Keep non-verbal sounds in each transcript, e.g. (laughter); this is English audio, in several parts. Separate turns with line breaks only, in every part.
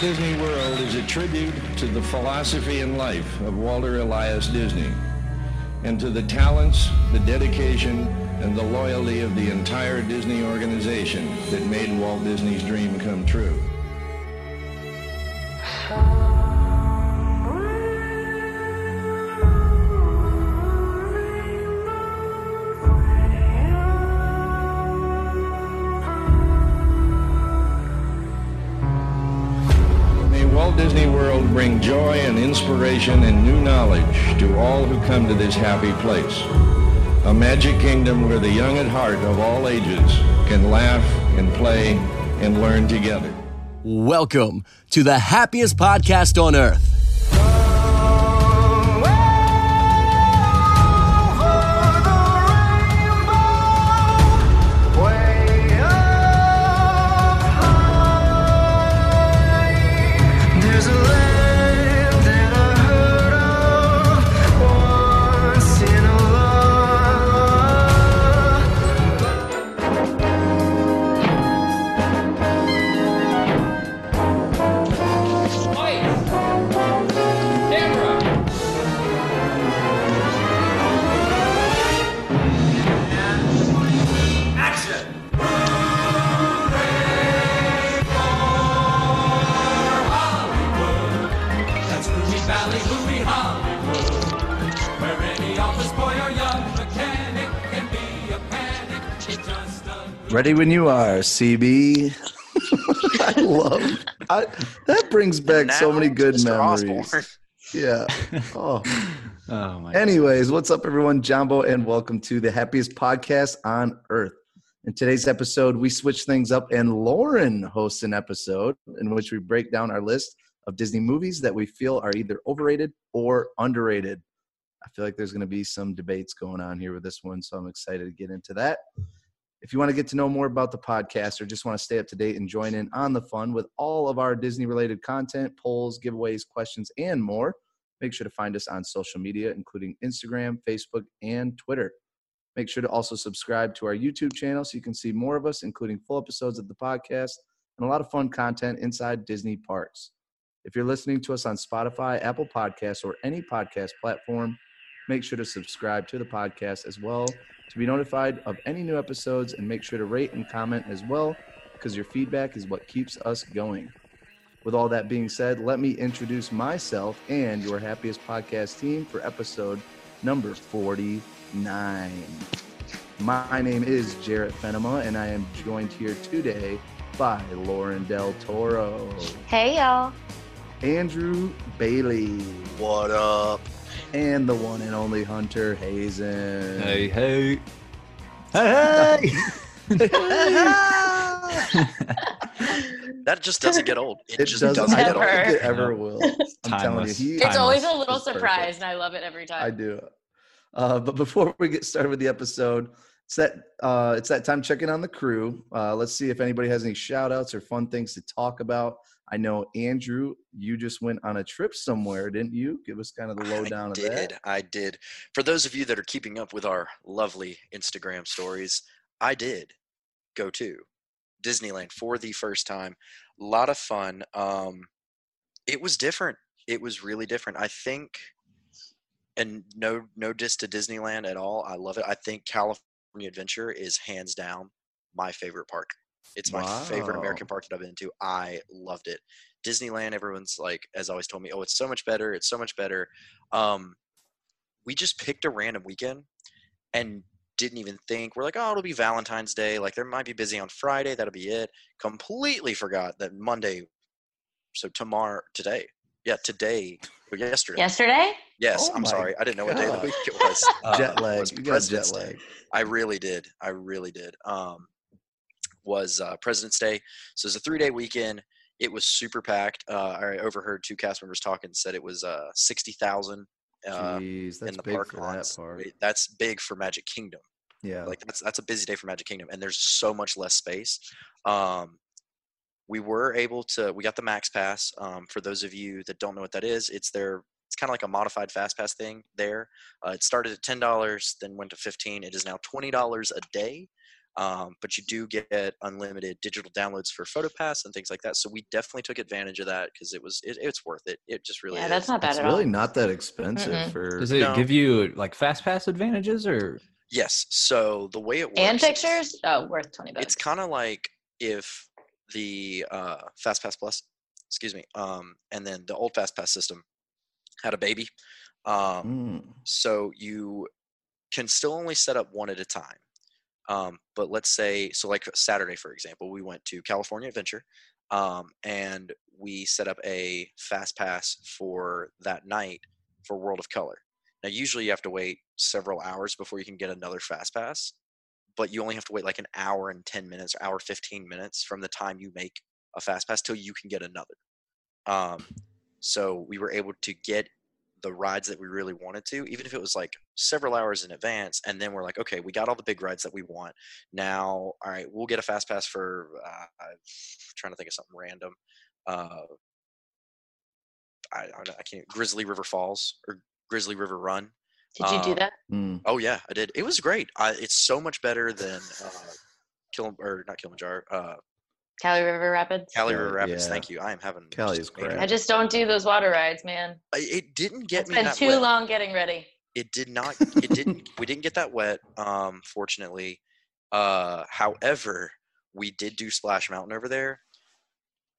Disney World is a tribute to the philosophy and life of Walter Elias Disney and to the talents, the dedication, and the loyalty of the entire Disney organization that made Walt Disney's dream come true. May Walt Disney World bring joy and inspiration and new knowledge to all who come to this happy place. A magic kingdom where the young at heart of all ages can laugh and play and learn together.
Welcome to the happiest podcast on earth.
There's a land that I heard of once in a while.
Lights. Camera.
That's Movie Valley, Movie Hollywood, where any office boy or young mechanic can be a panic. It's just a
Ready when you are, CB. I love I, that brings back so
Now,
many good
Mr.
memories.
Osborne.
Yeah. Oh.
Oh my!
Anyways, what's up, everyone? Jumbo, and welcome to the happiest podcast on earth. In today's episode, we switch things up, and Lauren hosts an episode in which we break down our list of Disney movies that we feel are either overrated or underrated. I feel like there's going to be some debates going on here with this one, so I'm excited to get into that. If you want to get to know more about the podcast or just want to stay up to date and join in on the fun with all of our Disney related content, polls, giveaways, questions, and more, Make sure to find us on social media, including Instagram, Facebook, and Twitter. Make sure to also subscribe to our YouTube channel so you can see more of us, including full episodes of the podcast and a lot of fun content inside Disney parks. If you're listening to us on Spotify, Apple Podcasts, or any podcast platform, make sure to subscribe to the podcast as well to be notified of any new episodes and make sure to rate and comment as well because your feedback is what keeps us going. With all that being said, let me introduce myself and your happiest podcast team for episode number 49. My name is Jarrett Fenema, and I am joined here today by Lauren Del Toro,
Hey y'all.
Andrew Bailey,
What up?
and the one and only Hunter Hazen.
Hey hey hey hey!
That just doesn't get old. It,
It
just
doesn't,
doesn't,
I
get
don't
old.
Never.
think it ever will. I'm telling you.
Timeless.
he-
It's
It's always a
timeless
little
is perfect.
surprise, and I love it every
I
time.
do. Uh, but before we get started with the episode, it's that uh, it's that time checking on the crew. Uh, let's see if anybody has any shout outs or fun things to talk about. I know Andrew, you just went on a trip somewhere, didn't you? Give us kind of the lowdown
I
of
did.
that.
I did. For those of you that are keeping up with our lovely Instagram stories, I did go to Disneyland for the first time. A lot of fun. Um, it was different. It was really different. I think, and no, no diss to Disneyland at all. I love it. I think California Adventure is hands down my favorite park. It's my favorite
Wow.
American park that I've been to. I loved it. Disneyland, everyone's like, has always told me, oh, it's so much better. It's so much better. Um, we just picked a random weekend and didn't even think. We're like, oh, it'll be Valentine's Day. Like, there might be busy on Friday. That'll be it. Completely forgot that Monday. So tomorrow, today, yeah, today or yesterday.
Yesterday?
Yes,
Oh
I'm
my
sorry, I didn't know what day of
God.
the week it was. (laughs) Uh,
jet lag.
was
You got jet
President's Day.
lag.
I really did. I really did. Um, was uh, President's Day. So it was a three day weekend. It was super packed. Uh, I overheard two cast members talking, said it was uh, 60,000 uh,
Jeez, that's
in the
big
park
for
lots.
that part.
It- That's big for Magic Kingdom.
Yeah.
Like that's that's a busy day for Magic Kingdom, and there's so much less space. Um, we were able to we got the Max Pass. Um, for those of you that don't know what that is, it's their it's kind of like a modified Fast Pass thing. There, uh, it started at ten dollars, then went to fifteen. It is now twenty dollars a day. Um, but you do get unlimited digital downloads for PhotoPass and things like that. So we definitely took advantage of that because it was it, it's worth it. It just really
yeah,
is.
that's not bad
It's
at all.
really not that expensive
Mm-mm.
for.
Does it
No.
give you like fast pass advantages or?
yes. So the way it works
and
is-
pictures? Oh, worth 20 bucks.
it's kind of like if the uh, FastPass Plus, excuse me, um, and then the old FastPass system had a baby. Um,
Mm.
so you can still only set up one at a time. Um, but let's say, so like Saturday, for example, we went to California Adventure um, and we set up a fast pass for that night for World of Color. Now, usually you have to wait several hours before you can get another fast pass, but you only have to wait like an hour and 10 minutes or hour 15 minutes from the time you make a fast pass till you can get another. Um, so we were able to get the rides that we really wanted to, even if it was like several hours in advance. And then we're like, okay, we got all the big rides that we want. Now, all right, we'll get a fast pass for. Uh, I'm trying to think of something random. Uh, I, I, don't- I can't Grizzly River Falls or Grizzly River Run.
Did you do
um,
that?
Mm.
Oh yeah, I did. It was great. I, it's so much better than uh, Kilim or not Kilimanjaro, uh,
Cali River Rapids?
Cali
Cali,
River Rapids.
yeah.
Thank you. I am having
Cali
just
is
major-
I just don't do those water rides, man.
I- It didn't get
It's
me
been
that
too
wet.
long getting ready.
it did not it didn't we didn't get that wet um fortunately uh however we did do splash mountain over there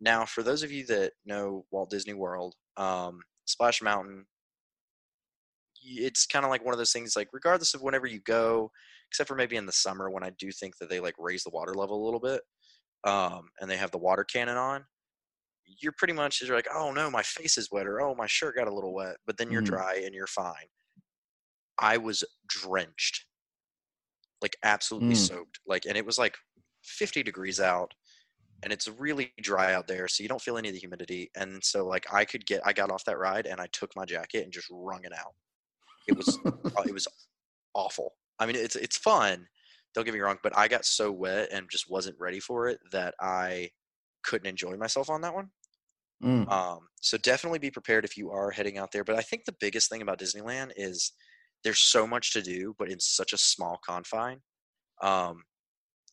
now for those of you that know walt disney world um splash mountain y- it's kind of like one of those things like regardless of whenever you go except for maybe in the summer when i do think that they like raise the water level a little bit um and they have the water cannon on you're pretty much you're like oh no my face is wet or oh my shirt got a little wet but then you're
Mhm.
dry and you're fine I was drenched, like absolutely
Mm.
soaked. Like, and it was like 50 degrees out, and it's really dry out there, so you don't feel any of the humidity. And so, like, I could get, I got off that ride and I took my jacket and just wrung it out. It was, uh, it was awful. I mean, it's it's fun. Don't get me wrong, but I got so wet and just wasn't ready for it that I couldn't enjoy myself on that one.
Mm.
Um, so definitely be prepared if you are heading out there. But I think the biggest thing about Disneyland is there's so much to do, but in such a small confine. Um,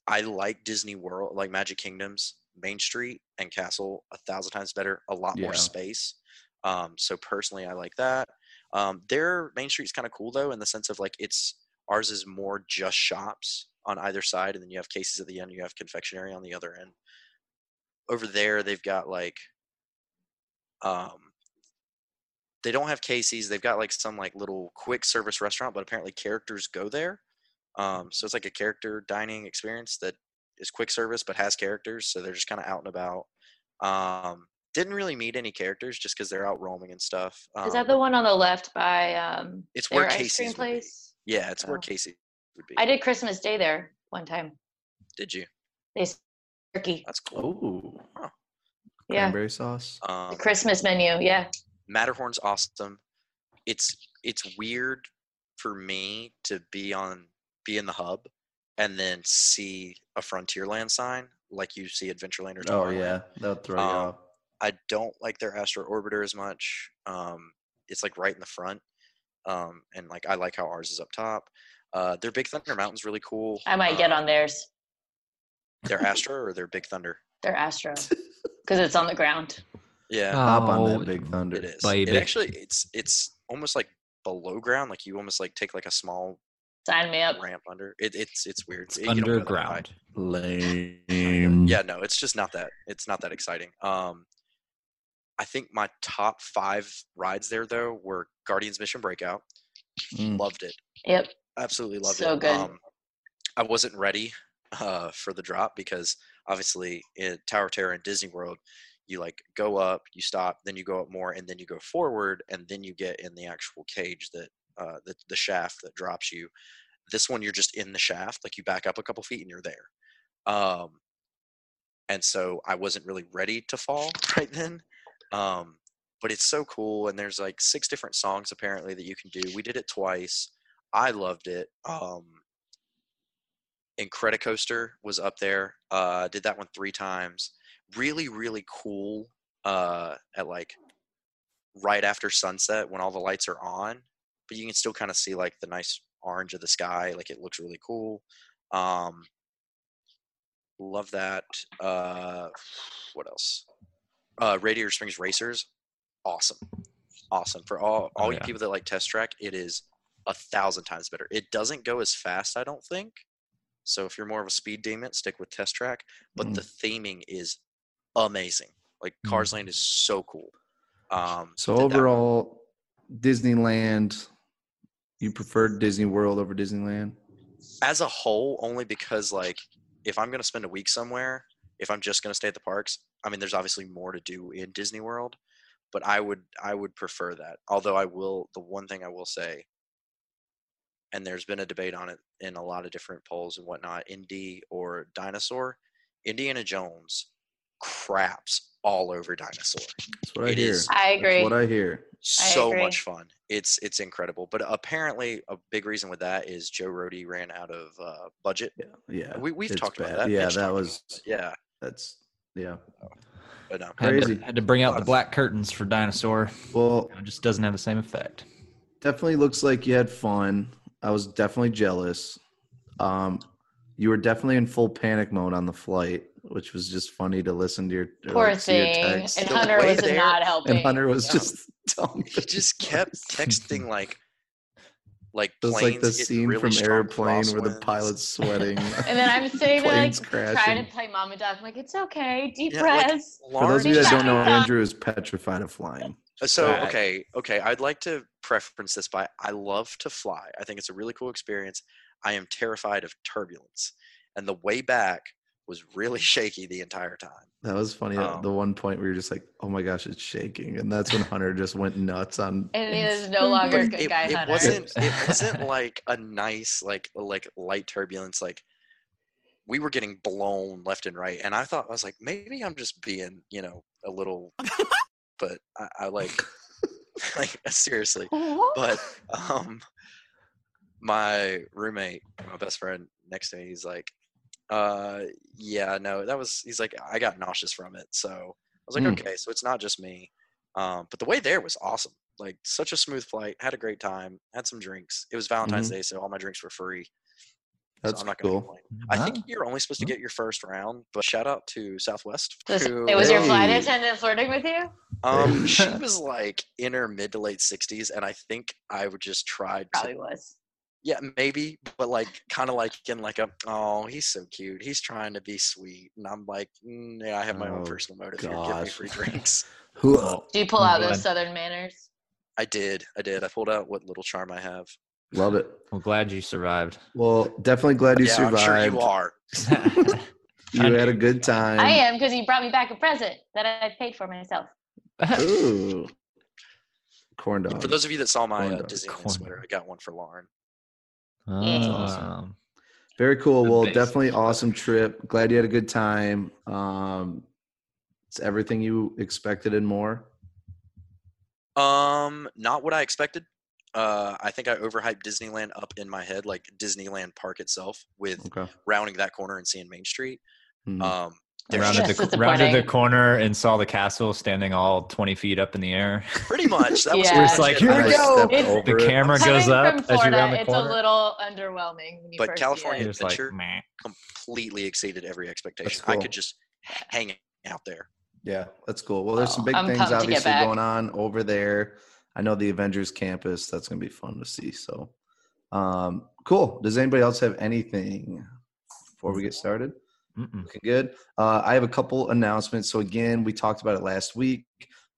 I like Disney World, like Magic Kingdoms, Main Street, and Castle a thousand times better. A lot more
Yeah.
space. Um, so personally, I like that. Um, their Main Street's kind of cool though, in the sense of like it's ours is more just shops on either side, and then you have cases at the end, you have confectionery on the other end. Over there, they've got like um they don't have Casey's. They've got like some like little quick service restaurant, but apparently characters go there. Um,
Mm-hmm.
so it's like a character dining experience that is quick service but has characters. So they're just kind of out and about. Um, didn't really meet any characters just because they're out roaming and stuff. Um,
Is that the one on the left by um,
It's
their
where
ice cream
Casey's would be.
place?
Yeah, it's where
Oh.
Casey would be.
I did Christmas Day there one time.
Did you?
They s- turkey.
That's cool.
Oh,
Yeah.
Cranberry sauce.
Um,
The Christmas menu. Yeah.
Matterhorn's awesome. It's it's weird for me to be on be in the hub and then see a Frontierland sign like you see Adventureland or
Oh
Tomorrowland.
yeah, that'll throw you
Um,
off.
I don't like their Astro Orbiter as much. Um, it's like right in the front, um, and like I like how ours is up top. Uh, their Big Thunder Mountain's really cool.
I might get
Uh,
on theirs.
their Astro or their Big Thunder.
They're
(laughs)
Astro because it's on the ground.
Yeah,
Hop on that Ah, big thunder.
Oh, It is.
baby.
It actually it's it's almost like below ground. Like you almost like take like a small
Sign me up.
ramp under. It, it's it's weird. It- you don't go that high.
underground.
Lame.
Yeah, no, it's just not that. It's not that exciting. Um, I think my top five rides there though were Guardians Mission Breakout.
Mm.
Loved it.
Yep.
Absolutely loved
So
it. Um,
good.
I wasn't ready uh, for the drop because obviously in Tower of Terror and Disney World, you like go up, you stop, then you go up more, and then you go forward, and then you get in the actual cage that uh, the the shaft that drops you. This one, you're just in the shaft, like you back up a couple feet and you're there. Um, and so I wasn't really ready to fall (laughs) right then. Um, but it's so cool, and there's like six different songs apparently that you can do. We did it twice. I loved it. Um, Incredicoaster was up there. Uh, did that one three times. Really, really cool. Uh, at like right after sunset when all the lights are on, but you can still kind of see like the nice orange of the sky. Like it looks really cool. Um, Love that. Uh, what else? Uh, Radiator Springs Racers. Awesome. Awesome. For all, all
Oh,
you
yeah.
people that like Test Track, it is a thousand times better. It doesn't go as fast, I don't think. So if you're more of a speed demon, stick with Test Track. But
Mm.
the theming is amazing. Like Cars Lane is so cool. Um,
So
did that one.
overall, Disneyland, you preferred Disney World over Disneyland?
as a whole, only because like if I'm gonna spend a week somewhere, if I'm just gonna stay at the parks, I mean, there's obviously more to do in Disney World, but I would I would prefer that. Although I will, the one thing I will say, and there's been a debate on it in a lot of different polls and whatnot, Indy or Dinosaur, Indiana Jones craps all over Dinosaur.
That's what I
It
hear.
is.
I
That's
agree.
what I hear.
So
agree.
much fun. It's it's incredible. But apparently, a big reason with that is Joe Rody ran out of uh, budget
Yeah, yeah.
We- we've
it's
talked about
bad.
that.
Yeah,
Mitch talked
that
about
was.
yeah,
That's yeah.
but um, no.
Had to-
Crazy.
had to bring out the black curtains for dinosaur.
Well,
It just doesn't have the same effect.
definitely looks like you had fun. I was definitely jealous. Um, you were definitely in full panic mode on the flight, which was just funny to listen to your or
Poor
like, see your
thing. And
text.
The
Hunter
way
was
there-
not helping.
And Hunter was
Yeah.
just (laughs) telling
He
(laughs)
just kept texting like, like
It was
planes.
like the
hitting
scene
really
from
strong
Airplane where the
crosswinds.
pilot's
(laughs)
sweating.
(laughs)
(laughs)
And then I'm sitting there like
Planes
trying
crashing.
to play mom and dad. I'm like, it's okay, deep
Yeah, like,
breath.
For those of you that don't know,
Lauren-
Andrew is petrified of flying.
Uh, So
Right.
okay, okay. I'd like to preference this by I love to fly. I think it's a really cool experience. I am terrified of turbulence, and the way back was really (laughs) shaky the entire time.
That was funny.
Oh.
The one point where you're just like, "Oh my gosh, it's shaking," and that's when Hunter just went nuts
(laughs)
on.
and he is no longer a
But
good
it,
guy
it
Hunter.
wasn't. It wasn't like a nice, like like light turbulence. Like we were getting blown left and right, and I thought I was like, maybe I'm just being, you know, a little. but I, I like, (laughs) like seriously, but um my roommate my best friend next to me he's like uh yeah no that was he's like i got nauseous from it so i was like
Mm.
okay so it's not just me um but the way there was awesome like such a smooth flight had a great time had some drinks it was valentine's day so all my drinks were free so
Mm-hmm. That's
I'm not
cool.
gonna
Ah. Mm-hmm.
complain. i think you're only supposed to get your first round but shout out to southwest
Was-
who-
it was your flight
Hey.
attendant flirting with you?
(laughs)
um she was like in her mid to late 60s and i think i would just try to
Probably was.
yeah, maybe, but like kind of like in like a oh, he's so cute. He's trying to be sweet, and I'm like, mm, yeah, I have my
Oh,
own personal motive here. Give me
gosh.
(laughs)
free drinks.
Who?
Do you
Oh,
pull out
Good.
those southern manners?
I did, I did. I pulled out what little charm I have.
Love it.
Well, glad you survived.
Well, definitely glad you
yeah,
survived.
I'm sure you are.
You had a good time.
I am because he brought me back a present that I paid for myself.
Ooh, corn dog.
For those of you that saw my uh,
Corn-
Disneyland
Um, corn.
sweater, I got one for Lauren.
Um,
Very cool.
The
Well,
best.
definitely awesome trip. Glad you had a good time. Um, it's everything you expected and more.
Um, not what I expected. Uh, I think I overhyped Disneyland up in my head, like Disneyland Park itself, with
Okay.
rounding that corner and seeing Main Street.
Mhm.
Um,
Mm. I
there's
rounded,
Yes, it's
the,
a
rounded the
pudding.
corner and saw the castle standing all 20 feet up in the air. (laughs)
pretty much that was
Yeah.
pretty
It's
much
like,
it.
here
I
we
was-
I stepped
It-
over
The
it.
camera
Coming
goes up
from
as you
Florida,
round the
it's a
corner.
little underwhelming. When you
But
first see
(laughs)
California-
it.
You're just like,
adventure.
meh.
completely exceeded every expectation. I
cool.
could just hang out there.
Yeah, that's cool. Well, there's some
Oh,
big
I'm
things
pumped to get
obviously
back.
going on over there. I know the Avengers campus. That's going to be fun to see. So, um, cool. Does anybody else have anything before we get started?
Mm-mm.
Looking good. Uh, I have a couple announcements. So, again, we talked about it last week,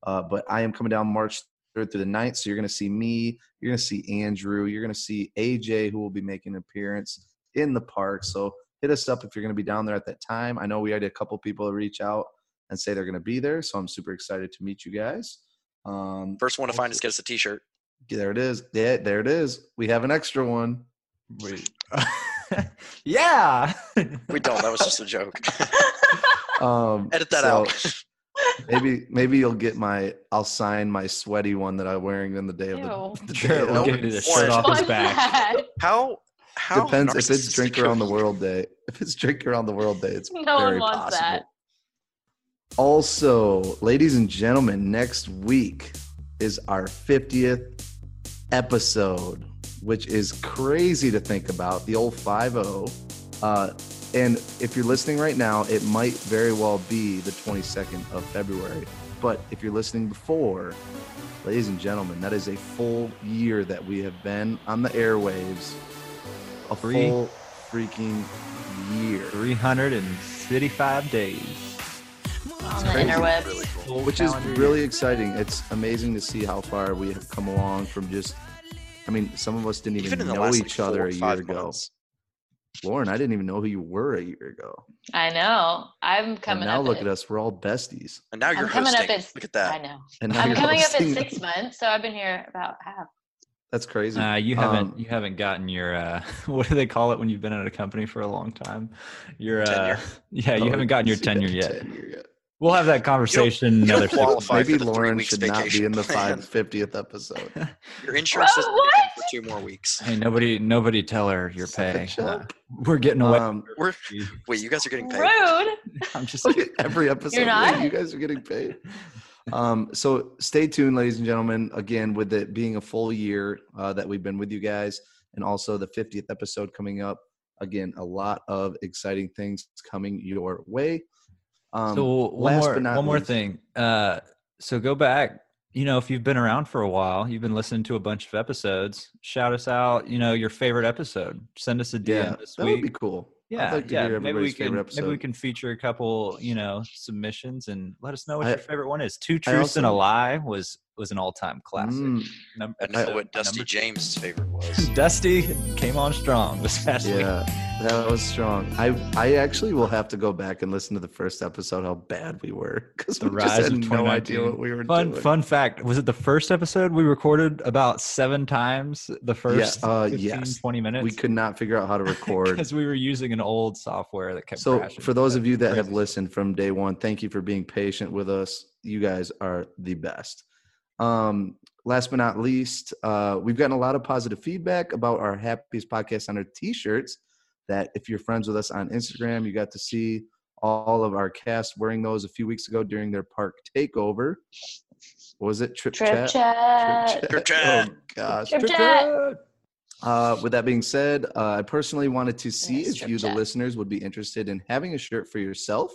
uh, but I am coming down March 3rd through the 9th. So, you're going to see me, you're going to see Andrew, you're going to see AJ, who will be making an appearance in the park. So, hit us up if you're going to be down there at that time. I know we already had a couple people that reach out and say they're going to be there. So, I'm super excited to meet you guys. Um,
First one to find us gets a T-shirt.
there it is. Yeah, there it is. We have an extra one.
(laughs) yeah. (laughs)
We don't. That was just a joke.
Um,
(laughs) Edit that
so-
out.
(laughs) maybe maybe you'll get my I'll sign my sweaty one that I'm wearing on the day of the,
Ew.
the
Sure,
day
we'll
of-
get you the
Orange.
shirt
(laughs)
off his
What's
back.
that?
(laughs) How? How
depends if it's drink
narcissistic are
around the
we?
world day. (laughs) If it's drink around the world day, it's
(laughs) No one
very
wants
possible.
that.
Also, ladies and gentlemen, next week is our 50th episode, which is crazy to think about. The old 5 0. oh. Uh, And if you're listening right now, it might very well be the 22nd of February. But if you're listening before, ladies and gentlemen, that is a full year that we have been on the airwaves. A
Three.
full freaking year.
365 days.
on the
crazy.
interwebs.
Really cool.
Full
which is
calendar year.
really exciting. It's amazing to see how far we have come along from just. I mean, some of us didn't even,
Even in the
know
last like,
each
four
other
or
a year
five
ago.
months.
Lauren, I didn't even know who you were a year ago.
I know. I'm
And
coming
now
up.
look at us. We're all besties.
And now
I'm
you're
coming
hosting.
up at.
Look at
I
that.
know.
(laughs) And now
I'm
you're
coming up at
hosting.
six months, so I've been here about half.
That's crazy.
Uh, you haven't
Um,
you haven't gotten
(laughs)
your uh, what do they call it when you've been at a company for a long time? Your
(laughs)
uh,
Tenure.
yeah,
Oh,
you haven't gotten your
see that
tenure yet.
tenure yet.
We'll have that conversation
you don't
another six
qualify
months.
Maybe
for the three
Lauren
weeks
should not be
vacation
in the
plan.
550th
(laughs)
episode.
Your insurance
Whoa,
doesn't kick in
what?
for two more weeks.
Hey, nobody nobody tell her your
Suck a
pay. Uh,
joke.
we're getting away.
Um,
We're wait, you guys are getting paid.
Rude.
I'm just
Look at (laughs) every episode.
You're not?
man. You guys are getting paid. Um, so stay tuned, ladies and gentlemen. Again, with it being a full year uh, that we've been with you guys, and also the 50th episode coming up. Again, a lot of exciting things coming your way. Um,
so one
last
more
but not
one more
least-
thing. Uh, so go back. You know, if you've been around for a while, you've been listening to a bunch of episodes. Shout us out. You know, your favorite episode. Send us a DM
yeah,
this
that
week.
would be cool. I'd
Yeah,
like to
yeah.
hear
Maybe we
everybody's
can
favorite episode.
maybe we can feature a couple, you know, submissions and let us know what
I-
your favorite one is. Two truths and a
also-
lie was was an all time classic.
Mm,
Num-
I know
episode
what Dusty
number-
James' favorite (laughs) was.
Dusty came on strong this past week.
yeah, that was strong. I I actually will have to go back and listen to the first episode. How bad we were because
The
we just
rise
had
of
no idea
2019.
what we were
Fun
doing.
fun fact was it the first episode we recorded about seven times the first
uh,
15,
yes.
20 minutes
we could not figure out (laughs) how to
(laughs)
record.
because we were using an old software that kept
so
crashing.
for those of you that have
Crazy.
listened from day one, thank you for being patient with us. You guys are the best. Um, last but not least, uh, we've gotten a lot of positive feedback about our happiest podcast on our t-shirts. That if you're friends with us on Instagram, you got to see all of our cast wearing those a few weeks ago during their park takeover. What was it? Trip, chat?
Trip chat.
Trip
(laughs)
chat.
Oh gosh.
Trip chat.
Uh, with that being said, uh, I personally wanted to see
Nice
if
strip
you, the
chat.
listeners, would be interested in having a shirt for yourself.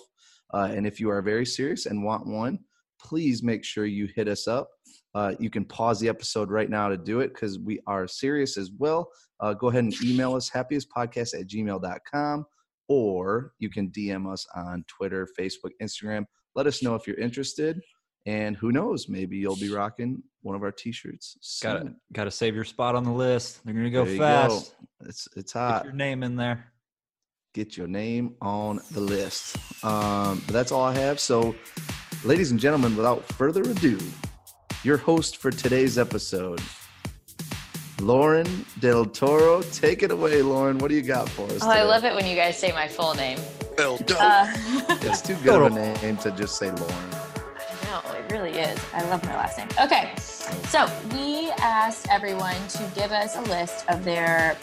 Uh, and if you are very serious and want one, please make sure you hit us up. Uh, you can pause the episode right now to do it because we are serious as well. Uh, go ahead and email us happiestpodcast at gmail.com or you can DM us on Twitter, Facebook, Instagram. Let us know if you're interested. And who knows, maybe you'll be rocking one of our t shirts.
Got to got to save your spot on the list. They're gonna go
There you Uh,
fast.
It's it's
Put
hot.
your name in there.
Get your name on the list. Um, but that's all I have. So, ladies and gentlemen, without further ado, your host for today's episode, Lauren Del Toro. Take it away, Lauren. What do you got for us?
Oh, I
today?
love it when you guys say my full name.
Bill Dole.
Oh.
Uh,
It's too good of a name to just say Lauren.
No, it really is. I love my last name. Okay, so we asked everyone to give us a list of their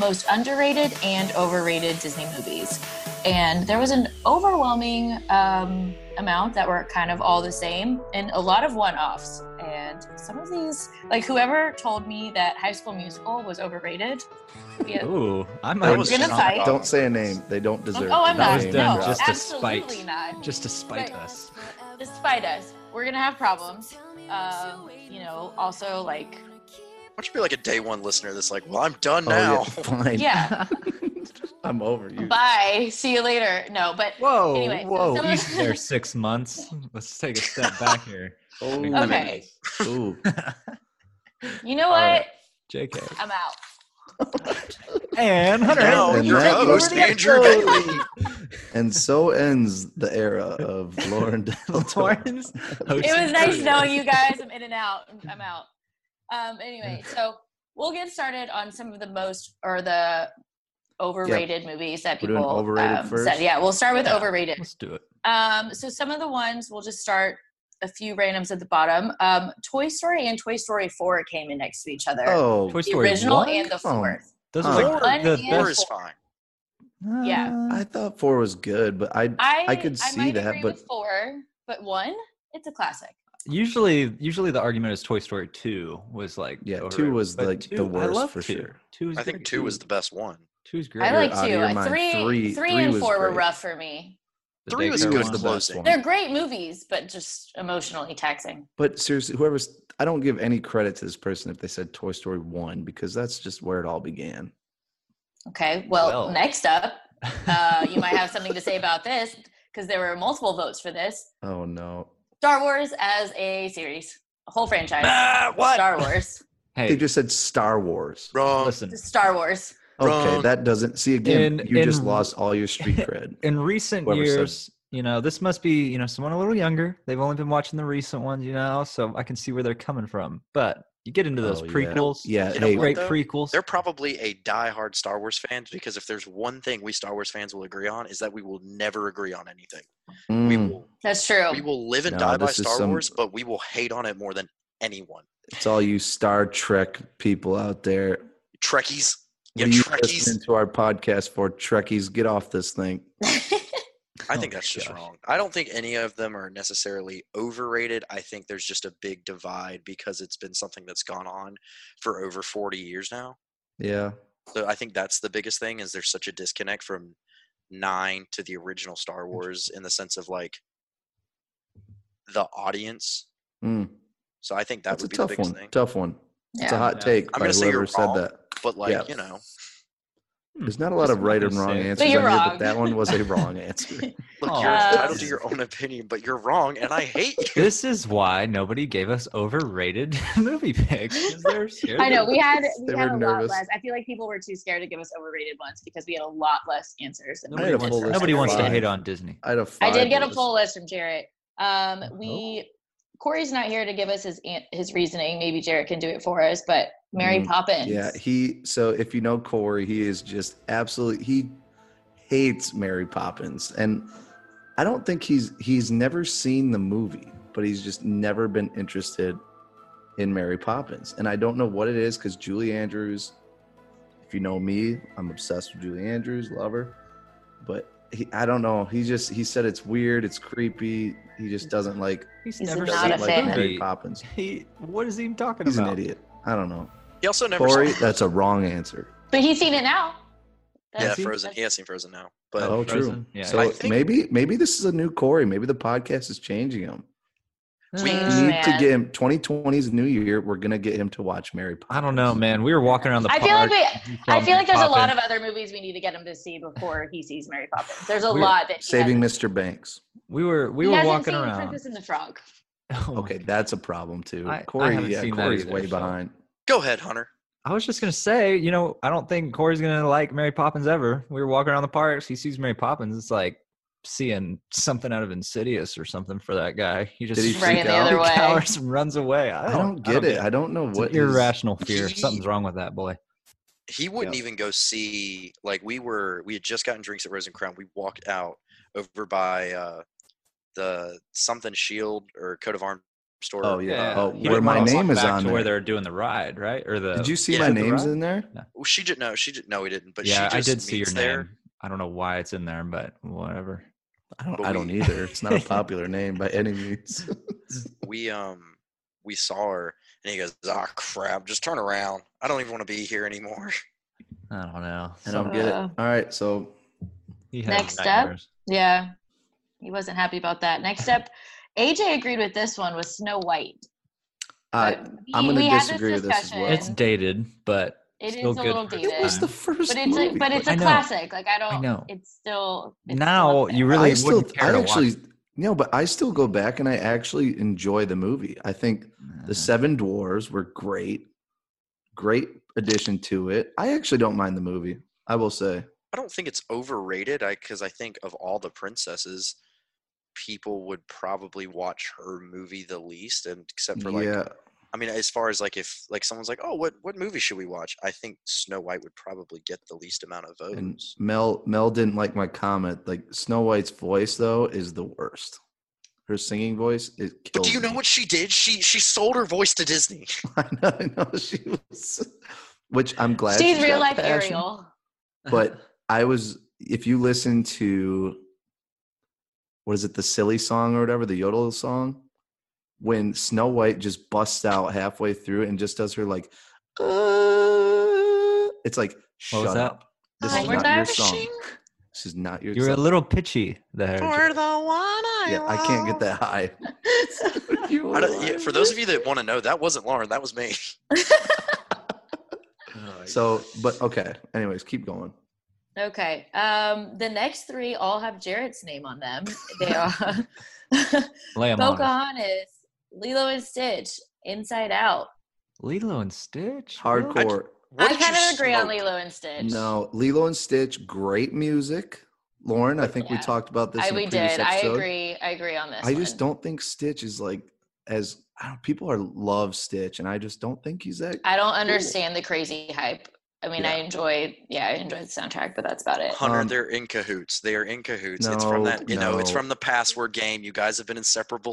most underrated and overrated Disney movies. And there was an overwhelming um, amount that were kind of all the same and a lot of one offs. And some of these, like whoever told me that High School Musical was overrated, yeah.
Ooh, I might
That was
We're gonna
just-
fight.
Don't say a name. They don't deserve.
Oh, I'm
it.
not.
That was
Name
done
No,
drop.
just to spite.
absolutely not.
just to spite
Right.
us.
Despite us, we're gonna have problems. Um, you know,
(laughs)
also like
Why don't you be like a day one listener that's like, well, I'm done
Oh,
now.
yeah, fine.
Yeah.
(laughs) I'm over you.
Bye. See you later. No, but
Whoa,
Anyway, so
whoa!
some of-
He's there six months. Let's take a step back here.
Oh,
okay.
Ooh.
(laughs) You know what?
Alright. (laughs)
JK
I'm out.
and Hunter.
Now
Hayes.
And
your
that
host,
was the
Andrew
episode.
Bailey.
(laughs) And so ends the era of Lauren Del Toro. (laughs)
Torrens.
It was nice knowing
(laughs)
you guys. I'm in and out. I'm out. Um, anyway, so we'll get started on some of the most or the overrated movies that
We're
people
doing overrated
um,
first?
said. Yeah, we'll start with
Yeah.
overrated.
Let's do it.
Um, so some of the ones we'll just start a few randoms at the bottom. Um, Toy Story and Toy Story 4 came in next to each other.
Oh,
Toy
the
Story
original
1?
and the
Come on.
fourth.
Those
Huh.
are like
One
the
and-
Four
best. Uh,
is fine.
Yeah.
I thought four was good, but I
I
I could see
might
that,
agree
but-
with four, but one, it's a classic.
usually usually the argument is Toy Story two was like
Yeah, two
overrated,
was,
but
like, the
two- I
worst
love
for
two.
sure.
Two is
I think
great.
two was the best one.
Two's great.
I like
out of your
two.
mind.
Three, three,
Three- three
and
was
four were
great.
rough for me.
The
Three
Daycare
was
Three
good
was
one.
for the
the best
(laughs)
closing.
one.
They're great movies, but just emotionally taxing.
But seriously, whoever's I don't give any credit to this person if they said Toy Story one because that's just where it all began.
Okay. Well,
Well.
next up,
(laughs)
uh, you might have something to say about this because there were multiple votes for this.
Oh no,
Star Wars as a series, a whole franchise.
Ah, what?
(laughs)
Star Wars.
they
Hey,
just um, said Star Wars.
Wrong.
listen.
Star Wars.
Okay,
Wrong.
that doesn't see again.
In-
you just
in-
lost all your
(laughs)
street cred.
in recent
Whoever said-
years, you know, this must be, you know, someone a little younger. They've only been watching the recent ones, you know, so I can see where they're coming from. But you get into those
Oh, yeah.
prequels.
Yeah,
You know
hey,
what,
Great
though?
prequels.
They're probably a die-hard Star Wars fans because if there's one thing we Star Wars fans will agree on is that we will never agree on anything. We
mm,
will
That's true. (laughs)
we will live and
No,
die by
this is
Star
some-
Wars, but we will hate on it more than anyone.
it's all you Star Trek people out there.
Trekkies,
What
yeah,
are you
Trekkies.
listening to our podcast for Trekkies? Get off this thing.
I
Oh
think
my
that's just
gosh.
wrong. I don't think any of them are necessarily overrated. I think there's just a big divide because it's been something that's gone on for over 40 years now.
Yeah,
So I think that's the biggest thing is there's such a disconnect from 9 to the original Star Wars in the sense of like the audience.
Mm,
So I think that
that's a
would be the
tough
biggest
one.
thing.
Tough one. It's a
yeah.
hot
Yeah.
take
I'm
by
gonna say you're
whoever said
wrong.
that.
But like,
Yeah.
you know,
There's not a lot
That's
of right
what
and
they
wrong
say. But
answers
you're
on here,
wrong.
but that one was a
(laughs)
wrong answer.
look,
Aw.
you're entitled to
Uh,
your own opinion, but you're wrong and I hate you.
This is why nobody gave us overrated (laughs) movie picks. 'cause They're scared
(laughs) I know
of-
we had
They
we had
were
a lot
nervous.
less. I feel like people were too scared to give us overrated ones because we had a lot less answers. than
I had
Nobody
a
we did
wants,
full
for
list
nobody
of
wants to
everyone.
five.
hate on Disney.
I had a
I
five
did get a
list.
poll list from Jarrett. Um,
Oh.
we Corey's not here to give us his an- his reasoning. Maybe Jarrett can do it for us. But Mary
Mm,
Poppins.
Yeah, he. So if you know Corey, he is just absolutely. He hates Mary Poppins, and I don't think he's he's never seen the movie, but he's just never been interested in Mary Poppins, and I don't know what it is because Julie Andrews. If you know me, I'm obsessed with Julie Andrews, love her, but he, I don't know. He just he said it's weird, it's creepy. He just doesn't like
He's
He's
never
not
seen
a
doesn't
the
like
fan.
Mary
movie.
Poppins.
He, what is he even talking
He's an
about?
idiot. I don't know.
He also never
Corey,
saw
that's a wrong answer.
But he's seen it now.
Yeah,
That's-
Frozen. He
that's-
has seen Frozen now. But
oh, true.
Frozen. Yeah,
so
I think-
maybe maybe this is a new Corey. Maybe the podcast is changing him.
We
We
Mm,
need to
man.
get him. 2020 is new year. We're gonna get him to watch Mary. Poppins.
I don't know, man. We were walking around the
I
park.
feel like we.
we saw
I feel like there's a lot
Poppins.
of other movies we need to get him to see before he sees Mary Poppins. There's a
We're
lot that he
Saving
hasn't-
Mr. Banks.
We were we
he
were
hasn't
walking
seen
around. (laughs)
Princess and the Frog.
Oh my
Okay, that's a problem too.
I- I
Corey,
haven't
yeah,
seen that
Corey's
either,
way
so-
behind.
go ahead, Hunter.
I was just gonna say, you know, I don't think Corey's gonna like Mary Poppins ever. We were walking around the parks. He sees Mary Poppins. It's like seeing something out of Insidious or something for that guy. He just
Did he
Right
freak
the
out?
other way.
cowers (laughs) and runs away. I
I
don't,
don't, get it. I don't know
It's
what
an
his-
irrational fear.
He-
Something's wrong with that boy.
He wouldn't even go see like we were we had just gotten drinks at Rose and Crown. We walked out over by uh the something shield or coat of arms store.
Oh yeah.
Yeah.
Oh,
He
where
didn't
my
want to walk
name is
back
on
to
there.
where they're doing the ride, right? Or the
Did you see
Yeah.
my
The
name's
ride?
in there?
Well, she didn't know. She didn't. No, we didn't. But
yeah,
she
I
just
did see your
meets
name.
there.
I don't know why it's in there, but whatever.
I don't.
But
I don't
we-
either. It's not a popular name by any
(laughs)
means.
We um we saw her and he goes, ah crap, just turn around. I don't even want to be here anymore. (laughs)
I don't know.
I don't get it.
Uh.
All right, so
He has
Next up.
nightmares.
Yeah, he wasn't happy about that. Next up, AJ agreed with this one was Snow White.
uh,
But
I'm gonna
we- we had this
disagree with this as well.
discussion.
It's dated, but
It
still
is a
good
little
for its
dated.
it was the first.
but it's a,
movie.
but it's
I
a
know.
classic. Like I don't.
know.
It's still it's still
now
up there.
you really
I still,
wouldn't care
I
to
actually,
watch.
no, but I still go back and I actually enjoy the movie. I think
Mm-hmm.
the
(laughs)
Seven Dwarves were great, great addition to it. I actually don't mind the movie. I will say,
I don't think it's overrated. I because I think of all the princesses, people would probably watch her movie the least, and except for like,
yeah,
I mean, as far as like if like someone's like, oh, what what movie should we watch? I think Snow White would probably get the least amount of
and
votes.
Mel, Mel didn't like my comment. Like Snow White's voice though is the worst. Her singing voice is.
But do you know what she did? She she sold her voice to Disney.
(laughs) I know, I know she was, which I'm glad
She's
she's
real
got
life
passion.
Ariel.
but I was if you listen to what is it, the silly song or whatever, the yodel song, when Snow White just busts out halfway through and just does her like, uh, it's like
What was
shut
that?
up, This
Oh,
is
we're
not your song. This is not your
You're a
song.
little pitchy there.
For the one I
Yeah, I can't get
that.
that
(laughs)
high. (laughs)
I don't- yeah, for those of you that want to know, that wasn't Lauren. That was me. (laughs)
So, but okay. Anyways, keep going.
Okay. Um, the next three all have Jarrett's name on them.
(laughs)
They are
Lay 'em on us.
Pocahontas, Lilo and Stitch, Inside Out.
Lilo and Stitch. really?
(laughs)
Hardcore.
What
I
did you
kind of agree on
smoke?
Lilo and Stitch.
No, Lilo and Stitch, great music. Lauren, I think we
Yeah.
talked about this.
I,
in a
we
previous
did. I
Episode.
agree. I agree on this.
I just
one.
don't think Stitch is like as I don't, people are love Stitch, and I just don't think he's that.
I don't understand the crazy hype. I mean, I
Yeah.
enjoy. Yeah, I enjoy the soundtrack, but that's about it.
Hunter,
Um,
they're in cahoots. They are in cahoots. it's from
No,
that, you know, it's
no.
from the password game. You guys have been inseparable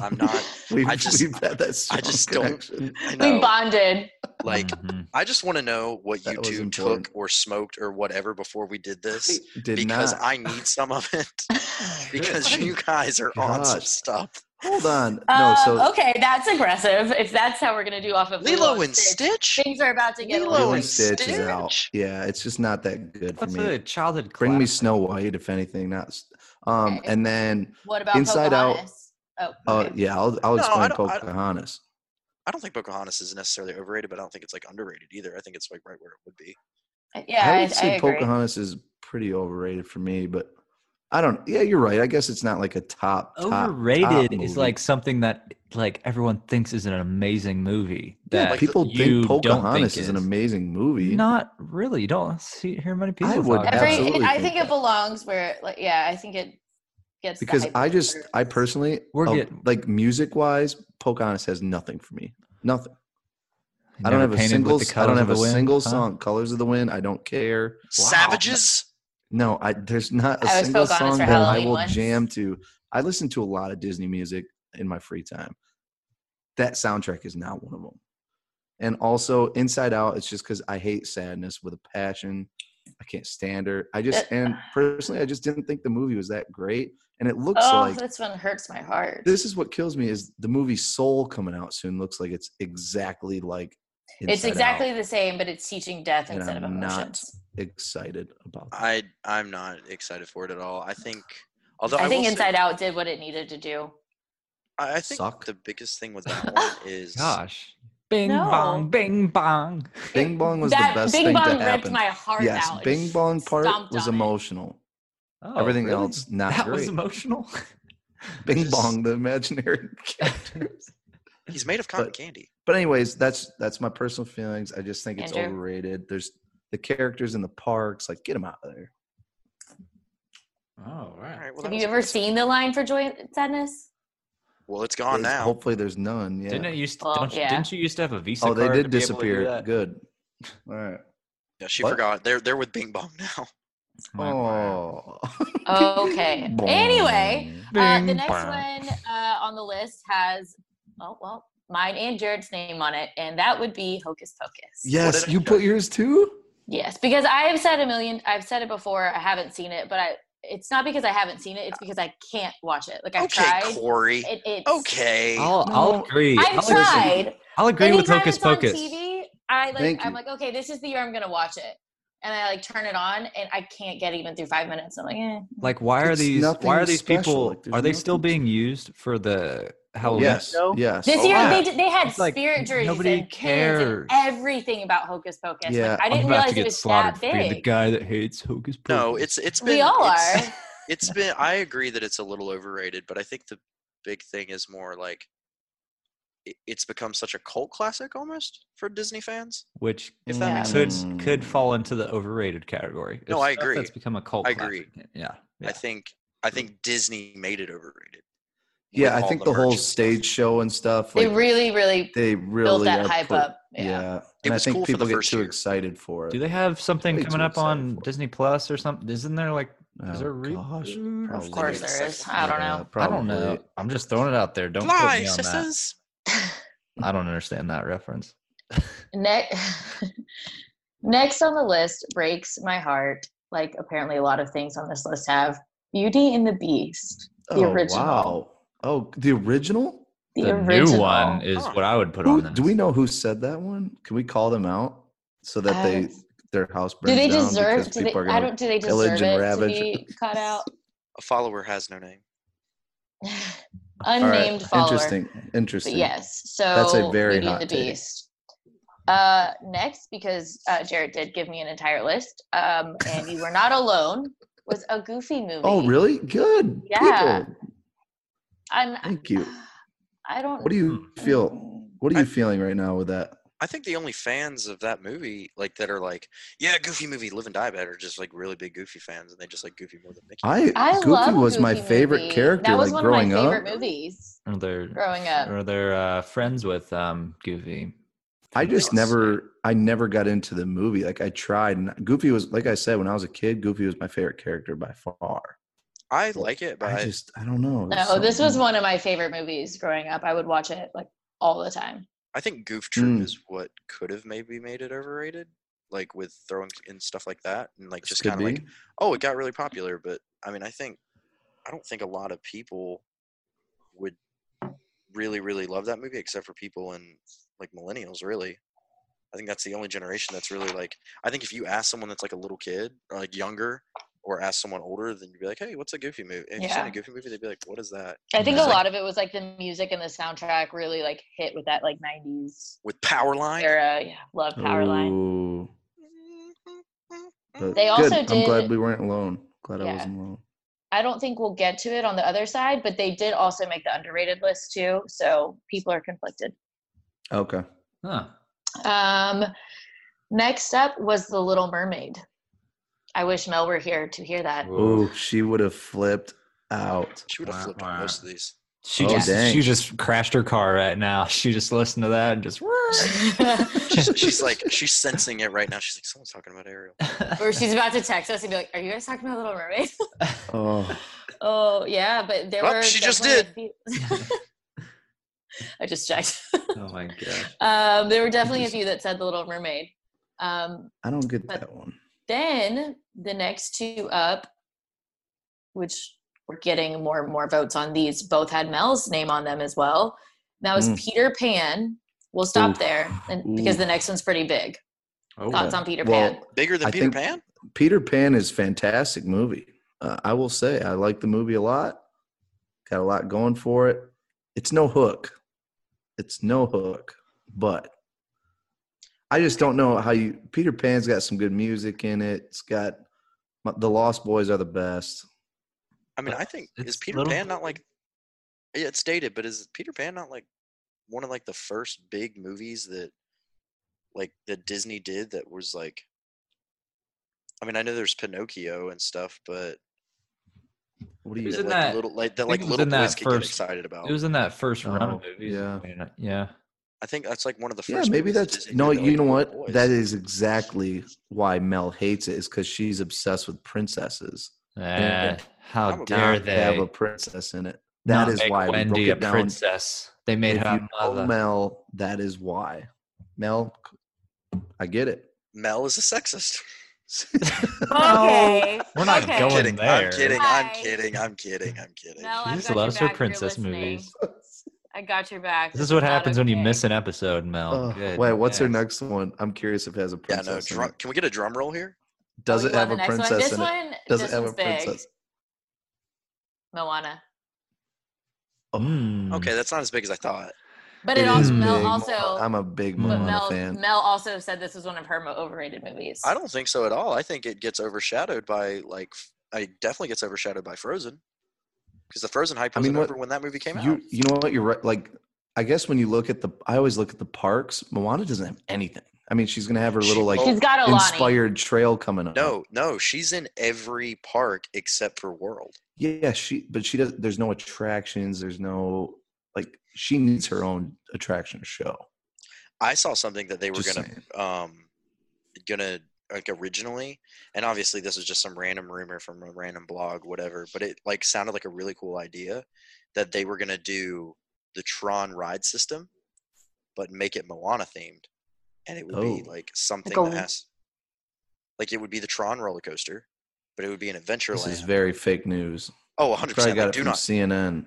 (laughs)
I'm not.
(laughs) we've,
I just-
we've had that.
I
strong
just don't-
connection.
I
We
know.
bonded.
Like,
mm-hmm,
Mhm.
I just want to know what you
Mm. That was
two
important.
took or smoked or whatever before we did this,
Did
because
not.
I need some of
(laughs)
it. (laughs) because you guys are on some
God.
stuff.
Hold on.
Um,
No, so
okay, that's aggressive. If that's how we're gonna do off of
Lilo and Stitch.
things are about to get. a
Lilo
little
Lilo
and
and Stitch is
Stitch?
out. Yeah, it's just not that good for
That's
me.
a childhood
Bring me
classic.
Snow White, if anything. Not. s- Um,
Okay.
and then,
What about
Inside Out.
Pocahontas? Out? Oh,
oh
okay.
yeah, I'll, I'll
No, I
explain
don't- I-
Pocahontas.
I don't think Pocahontas is necessarily overrated, but I don't think it's like underrated either. I think it's like right where it would be.
Uh, yeah, I,
I would say
I agree.
Pocahontas is pretty overrated for me, but I don't. Yeah, you're right. I guess it's not like a top. top, top
Overrated
movie.
is like something that like everyone thinks is an amazing movie.
Yeah,
That
people
you
think
don't
Pocahontas
think
is an amazing movie.
Not really. You don't see hear many people.
would
talk about
Every,
it.
absolutely
I
think
think it belongs where, like, yeah, I think it gets the
because
hype
I
it
just
deserves.
I personally
We're
uh,
getting-
like music wise, Pocahontas has nothing for me. Nothing. I don't
Never
have a
painted
single.
with the
I don't
colours of
have
the
a
wind,
single
huh?
song. Colors of the Wind. I don't care.
Savages.
No, I there's not a
I was
single
Pocahontas
song
for
that I
Halloween
will
once.
jam to. I listen to a lot of Disney music in my free time. That soundtrack is not one of them. And also Inside Out, it's just because I hate sadness with a passion. I can't stand her. I just
That-
and personally, I just didn't think the movie was that great. And it looks
Oh,
like
this one hurts my heart.
this is what kills me is the movie Soul coming out soon looks like it's exactly like
it's
Inside Out.
exactly the same, but it's teaching death
And
instead of
I'm not-
emotions.
excited about that.
I I'm not excited for it at all. I think although I,
I think
will say-
Inside Out did what it needed to do.
I, I think
Suck.
the biggest thing with
(laughs)
that one is
Gosh. Bing
No.
bong, bing bong.
Bing Bong was
that
the best
Bing
thing
Bong
to
ripped
happen.
my heart
yes,
out. and
Bing Bong part
stomped
was
on it.
emotional.
Oh,
Everything
really?
else not
That was
great.
emotional.
Bing
Just-
Bong,
(laughs)
the (laughs) imaginary characters.
he's made of cotton
But-
candy.
But anyways, that's that's my personal feelings. I just think it's
Andrew?
overrated. There's the characters in the parks, like get them out of there.
oh,
All right, well,
Have
that
you
was-
ever seen the line for Joy and Sadness?
Well, it's gone
There's-
now.
Hopefully, there's none. Yeah.
Didn't it used?
Well,
don't you,
yeah.
Didn't you used to have a Visa?
oh, they
card
did
to be able to do
disappear.
that?
Good. All
(laughs)
right.
Yeah, she
What?
forgot. They're they're with Bing Bong now.
Wow.
Oh. (laughs)
Okay.
Bong.
Anyway, uh, the
Bing
next
bong.
one uh, on the list has, oh, well, mine and Jared's name on it, and that would be Hocus Pocus.
Yes,
did I
you put yours too.
Yes, because I've said a million, I've said it before, I haven't seen it, but I, it's not because I haven't seen it, it's because I can't watch it. Like, I've
okay,
tried.
Corey.
It, it's,
Okay.
I'll, I'll
No.
agree.
I've
will Agree.
tried.
I'll agree with
Anytime
Hocus
it's on
Pocus.
TV, I like.
Thank
I'm
you.
like, okay, this is the year I'm gonna watch it, and I like turn it on, and I can't get even through five minutes. I'm like, eh.
Like, why are
It's
these?
nothing
Why are these
special,
people?
like, there's
are they still
nothing-
being used for the Halloween
Yes.
show?
Yes.
This
Oh,
year
yeah.
they did, they had
It's like
spirit jerseys.
nobody
and pins
cares.
and everything about Hocus Pocus.
Yeah,
like, I didn't
I'm about
realize
to
it
get
was
slaughtered
that
for being the
big.
guy that hates Hocus Pocus.
no, it's it's been
We all are.
(laughs) it's- it's been I agree that it's a little overrated, but I think the big thing is more like it, it's become such a cult classic almost for Disney fans.
which
If that
makes
could
sense.
could fall into the overrated category.
No,
It's
I
stuff
agree.
That's become a cult.
I agree.
classic. Yeah,
I
yeah.
think I think Disney made it overrated.
Yeah,
with
I
all
think
the
the, whole
merch and stuff.
stage show and stuff.
They
like,
really, really
they really
built that
are
hype
put-
up.
Yeah.
Yeah.
And
was
I think
cool for the
people get
first
too
year.
excited for it.
Do they have something
Way too
coming up
excited
on
for it.
Disney Plus or something? Isn't there like is there a
Oh,
reboot?
gosh,
Mm, Of
probably.
course there is. I
Yeah,
don't know.
I don't know. uh,
probably.
I'm just throwing it out there. Don't quote
Fly,
me on that.
sisters.
I don't understand that reference.
Next, (laughs) next on the list breaks my heart. Like apparently a lot of things on this list have Beauty and the Beast, the
Oh,
original.
Wow. Oh, the original?
the,
The
original.
new one is
Huh.
what I would put
Who-
on.
do we know who said that one? Can we call them out so that
Uh,
they their house burns
Do they
down
deserve?
because
Do they,
people are
I
gonna-
don't. Do they
pillage
deserve
and
it to
ravage.
be
(laughs)
cut
(laughs)
out?
A follower has no name.
All right,
unnamed follower.
Interesting.
But
Interesting.
yes, so
That's a very
Beauty
hot
and the
take.
Beast. Uh, next, because uh, Jared did give me an entire list, um, and you were not alone. Was a goofy movie.
(laughs) Oh, really? Good.
Yeah.
people.
And
Thank you.
(sighs) I don't.
What do you
Hmm.
feel? What are you feeling right now with that?
I think the only fans of that movie, like that, are like, yeah, Goofy movie, Live and Die Bad, are just like really big Goofy fans, and they just like Goofy more than Mickey.
I,
I
Goofy
love
was my
Goofy
favorite
movie.
character.
That was
like
one
growing
of my favorite
up,
movies
Or they're
growing up.
or they're uh, friends with um, Goofy.
I just
Yes.
never, I never got into the movie. Like I tried, and Goofy was, like I said, when I was a kid, Goofy was my favorite character by far.
I like it, but
I just, I don't know.
No, this was one of my favorite movies growing up. I would watch it like all the time.
I think Goof Troop
Mm.
is what could have maybe made it overrated, like with throwing and stuff like that, and like
This
just
could
kind of like,
be.
oh, it got really popular, but I mean, I think I don't think a lot of people would really, really love that movie, except for people in like millennials, really. I think that's the only generation that's really like. I think if you ask someone that's like a little kid or like younger, or ask someone older, then you'd be like, "Hey, what's a Goofy movie?" If you seen
Yeah.
a Goofy movie, they'd be like, "What is that?"
I think a
It's like-
lot of it was like the music and the soundtrack really like hit with that like '90s
With Powerline.
era. Yeah, love Powerline.
Ooh, but
They
good.
also
I'm glad
did-
we weren't alone. Glad I
Yeah.
wasn't alone.
I don't think we'll get to it on the other side, but they did also make the underrated list too. So people are conflicted.
Okay.
Huh.
Um, next up was The Little Mermaid. I wish Mel were here to hear that.
Ooh, she would have flipped out.
She would
Wah,
have flipped
wah.
on most of these.
She
Oh,
just
dang.
she just crashed her car right now. (laughs) She just listened to that and just
She's,
(laughs)
(laughs)
she's (laughs) like, she's sensing it right now. She's like, someone's talking about Ariel.
(laughs)
Oh
Or she's about to text us and be like, "Are you guys talking about Little Mermaid?" (laughs)
Oh,
oh yeah, but there
Well,
were.
she just
definitely a few- I just checked. (laughs)
Oh my gosh.
um, there were definitely a few that said The Little Mermaid. Um,
I don't get
But-
that one.
then the next two up, which we're getting more and more votes on these, both had Mel's name on them as well. That was
Mm.
Peter Pan. We'll stop
Oof.
there and, because
Ooh.
the next one's pretty big.
Oh,
Thoughts on Peter
Well,
Pan?
Bigger than
I
Peter
think-
Pan?
Peter Pan is fantastic movie. Uh, I will say I like the movie a lot. Got a lot going for it. It's no hook. It's no hook, but I just don't know how you. Peter Pan's got some good music in it. It's got the Lost Boys are the best.
I mean,
But
I think
it's
is Peter
little-
Pan not like? Yeah, it's dated, but is Peter Pan not like one of like the first big movies that like that Disney did that was like? I mean, I know there's Pinocchio and stuff, but
What do
It was
you?
in
like
that-
little like that
think
like
it was
little
in that
boys could get
first-
excited about.
It was in that first run
Oh,
of movies.
yeah.
I mean, yeah.
I think that's like one of the
Yeah,
first.
maybe
movies that
that's
Disney
no.
did that,
You
like,
know
little
what?
boys.
That is exactly why Mel hates it. Is because she's obsessed with princesses. Yeah.
Eh, how
I'm a-
dare
Not have
they?
a princess in it. That
not
is
make
why we
Wendy
broke
a
it down.
princess. They made
if
her a
you know
mother.
Mel, that is why. Mel, I get it.
Mel is a sexist.
(laughs)
(laughs)
Okay.
We're not
Okay.
going
kidding,
there.
(laughs) I'm kidding. I'm
Hi.
kidding. I'm kidding. I'm kidding.
Mel,
She
I've
just
got your
loves her
back. You're
princess
listening.
movies.
I got your back.
This is what
not
happens when you
okay.
miss an episode, Mel.
Ugh,
Good
Oh, wait, what's her
man.
next one? I'm curious if it has a
yeah, no.
princess. in
Drum,
it.
can we get a drum roll here?
Does
Oh,
it
you
have
want the
a
next
princess
one? This
in it?
one
Does it
this
have a
one's big.
princess?
Moana.
Hmm. Mm-hmm.
Mm.
Okay, that's not as big as I thought.
But it, also
is
Mel
big.
also
I'm a big
But
but
Moana
Mel,
fan.
Mel also said this was one of her mo- overrated movies.
I don't think so at all. I think it gets overshadowed by like f- I definitely gets overshadowed by Frozen because the Frozen hype
I
was
mean, what-
over when that movie came out.
You, you know what? You're right. Like, I guess when you look at the, I always look at the parks. Moana doesn't have anything. I mean, she's gonna have her
She-
little like
She's got a lot.
inspired trail coming up.
No, no, she's in every park except for World.
Yeah, she. But she does. There's no attractions. There's no like. She needs her own attraction show.
I saw something that they were
Just
gonna
saying.
um gonna like originally, and obviously this was just some random rumor from a random blog, whatever. But it like sounded like a really cool idea that they were gonna do the Tron ride system, but make it Moana themed, and it would be
Oh.
like something
Like a-
that has like it would be the Tron roller coaster, but it would be an adventure
This is
land.
very fake news.
Oh, 100
Probably
percent.
got
I
it
do
from
not.
CNN.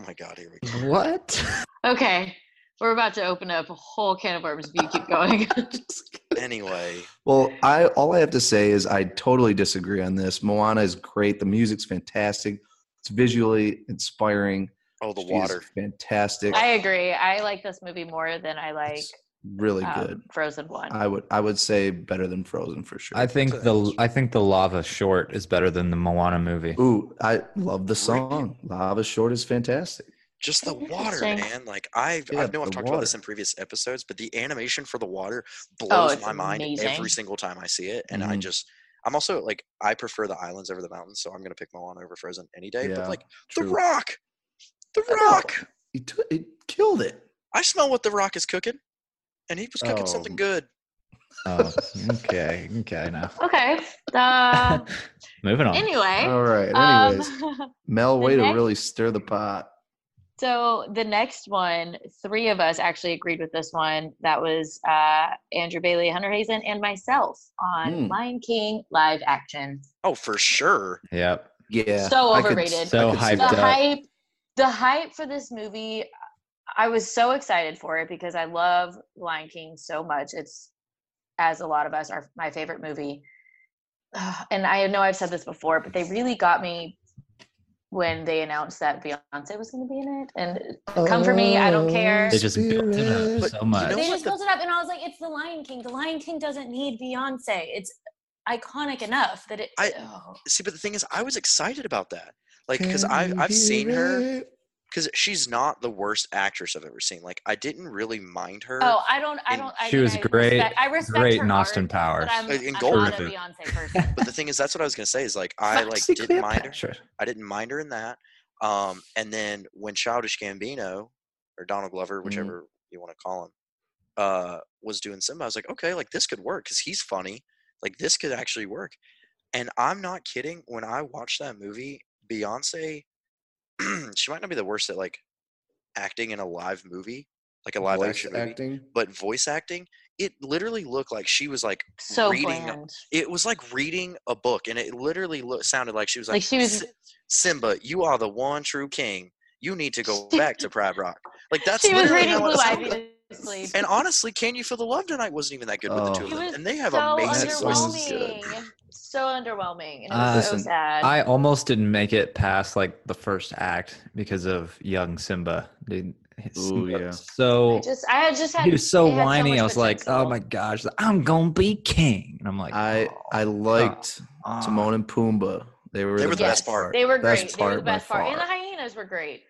Oh my god, here we go.
What?
Okay. We're about to open up a whole can of worms if you keep going. (laughs)
Anyway,
Well, I all I have to say is I totally disagree on this. Moana is great. The music's fantastic. It's visually inspiring.
oh, the
She's
water.
fantastic.
I agree. I like this movie more than I like
It's really
um,
good.
Frozen One.
I would I would say better than Frozen for sure.
I think the I think the lava short is better than the Moana movie.
Ooh, I love the song. Lava Short is fantastic.
Just the water,
Interesting.
man. Like I've,
Yeah,
I know I've
the
talked about this
water.
in previous episodes, but the animation for the water
Oh,
blows
it's
my mind
amazing.
every single time I see it. And I
Mhm.
just, I'm also like, I prefer the islands over the mountains, so I'm gonna pick Moana over Frozen any day.
Yeah,
But like,
true.
The Rock, The
I know.
Rock.
He, took he killed it.
I smell what The Rock is cooking, and he was cooking something
Um,
good.
Oh, okay, okay, now
okay. Uh,
(laughs)
(laughs)
moving on.
anyway.
All right.
um,
Anyways, Mel,
the
way to
next-
really stir the pot.
(laughs) so the next one, three of us actually agreed with this one. That was uh, Andrew Bailey, Hunter Hazen, and myself on
Mm.
Lion King live action.
Oh, for sure.
Yep.
Yeah.
So
I could-
overrated.
So
I could see
hyped
the
up.
that.
hype the hype for this movie i was so excited for it because i love lion king so much it's as a lot of us are my favorite movie (sighs) Ugh, and i know i've said this before but they really got me when they announced that beyonce was going to be in it and come for me i don't care
They just built it up
But
so
you
much.
know
they
what
just
the-
built it up and i was like it's the lion king the lion king doesn't need beyonce it's iconic enough that it oh.
I-
Ugh.
See, but the thing is, I was excited about that, like, because I've, I've seen her. because she's not the worst actress I've ever seen. Like I didn't really mind her.
Oh, I don't. I
in-
don't. I
She
mean,
was
I
great-
Respect, I respect
great
her
in Austin
art,
Powers.
But I'm,
Uh, in
I'm not a
Goldfinger.
Beyonce
(laughs)
person.
But the thing is, that's what I was gonna say. Is like I like
Foxy
didn't mind her.
Cleopatra.
I didn't mind her in that. Um, and then when Childish Gambino or Donald
Mm-hmm.
Glover, whichever you want to call him, uh, was doing Simba, I was like, okay, like this could work because he's funny. Like this could actually work. And I'm not kidding. When I watched that movie, Beyonce, (clears throat) she might not be the worst at like acting in a live movie, like a live
Voice
action movie.
acting.
but voice acting, it literally looked like she was like
So
reading. a-
bland.
It was like reading a book, and it literally looked, sounded like she was like,
Like she was.
"Si- Simba, you are the one true king. You need to go
She-
back
(laughs)
to Pride Rock. Like that's
She was
literally
reading
how it
Blue
sounded.
Ivy to sleep.
And honestly, Can You Feel the Love Tonight wasn't even that good with the two
Oh.
of
It
them,
was
and they have
so
amazing voices.
good.
underwhelming. So underwhelming, and it was
Uh,
so
Listen,
sad.
I almost didn't make it past like the first act because of young Simba. Dude,
Ooh,
Simba
yeah.
was so
just, I had just had.
he was so
it had
whiny.
much
I was like, oh my
potential.
gosh, I'm gonna be king. And I'm like,
I I liked
oh,
Timon and Pumbaa. They were,
They were
the
the
best.
best part.
They were
Best
great. they were the
part by
best part, and the
far.
hyenas were great.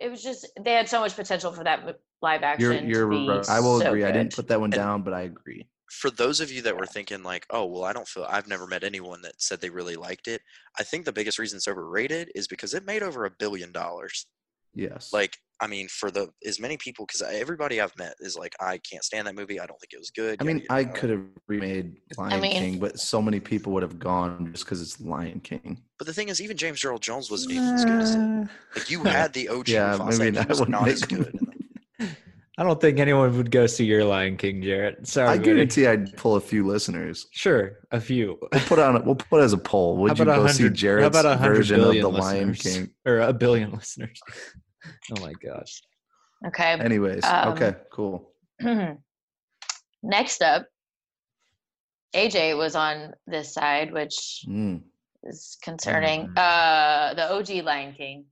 It was just they had so much potential for that mo- live action.
You're,
to
you're
be
right. I will
so
agree. I
good.
didn't put that one down, but I agree.
For those of you that were thinking like, "Oh, well, I don't feel I've never met anyone that said they really liked it," I think the biggest reason it's overrated is because it made over a billion dollars.
Yes.
like i mean for the as many people because everybody i've met is like i can't stand that movie i don't think it was good
I
yada,
mean,
yada,
I
yada."
could have remade Lion
mean-
King, but so many people would have gone just because it's Lion King.
but the thing is even james earl jones
oh,
wasn't even as good as it
Uh,
like you had the og
yeah,
Mufasa,
maybe
and he
that
was
wouldn't
not
make
as
him-
good
I don't think anyone would go see your Lion King, Jarrett. Sorry,
I
buddy.
guarantee I'd pull a few listeners.
Sure, a few.
We'll put on. We'll put as a poll. Would
(laughs) how
you
about
go
a
see
hundred? How
Jared's
about a hundred
version of
billion
the Lion
listeners
King?
or a billion (laughs) listeners? oh my gosh.
Okay.
Anyways,
Um,
okay, cool.
(clears throat) Next up, AJ was on this side, which
Mm.
is concerning.
Mm-hmm.
Mhm.
Uh, the OG Lion King.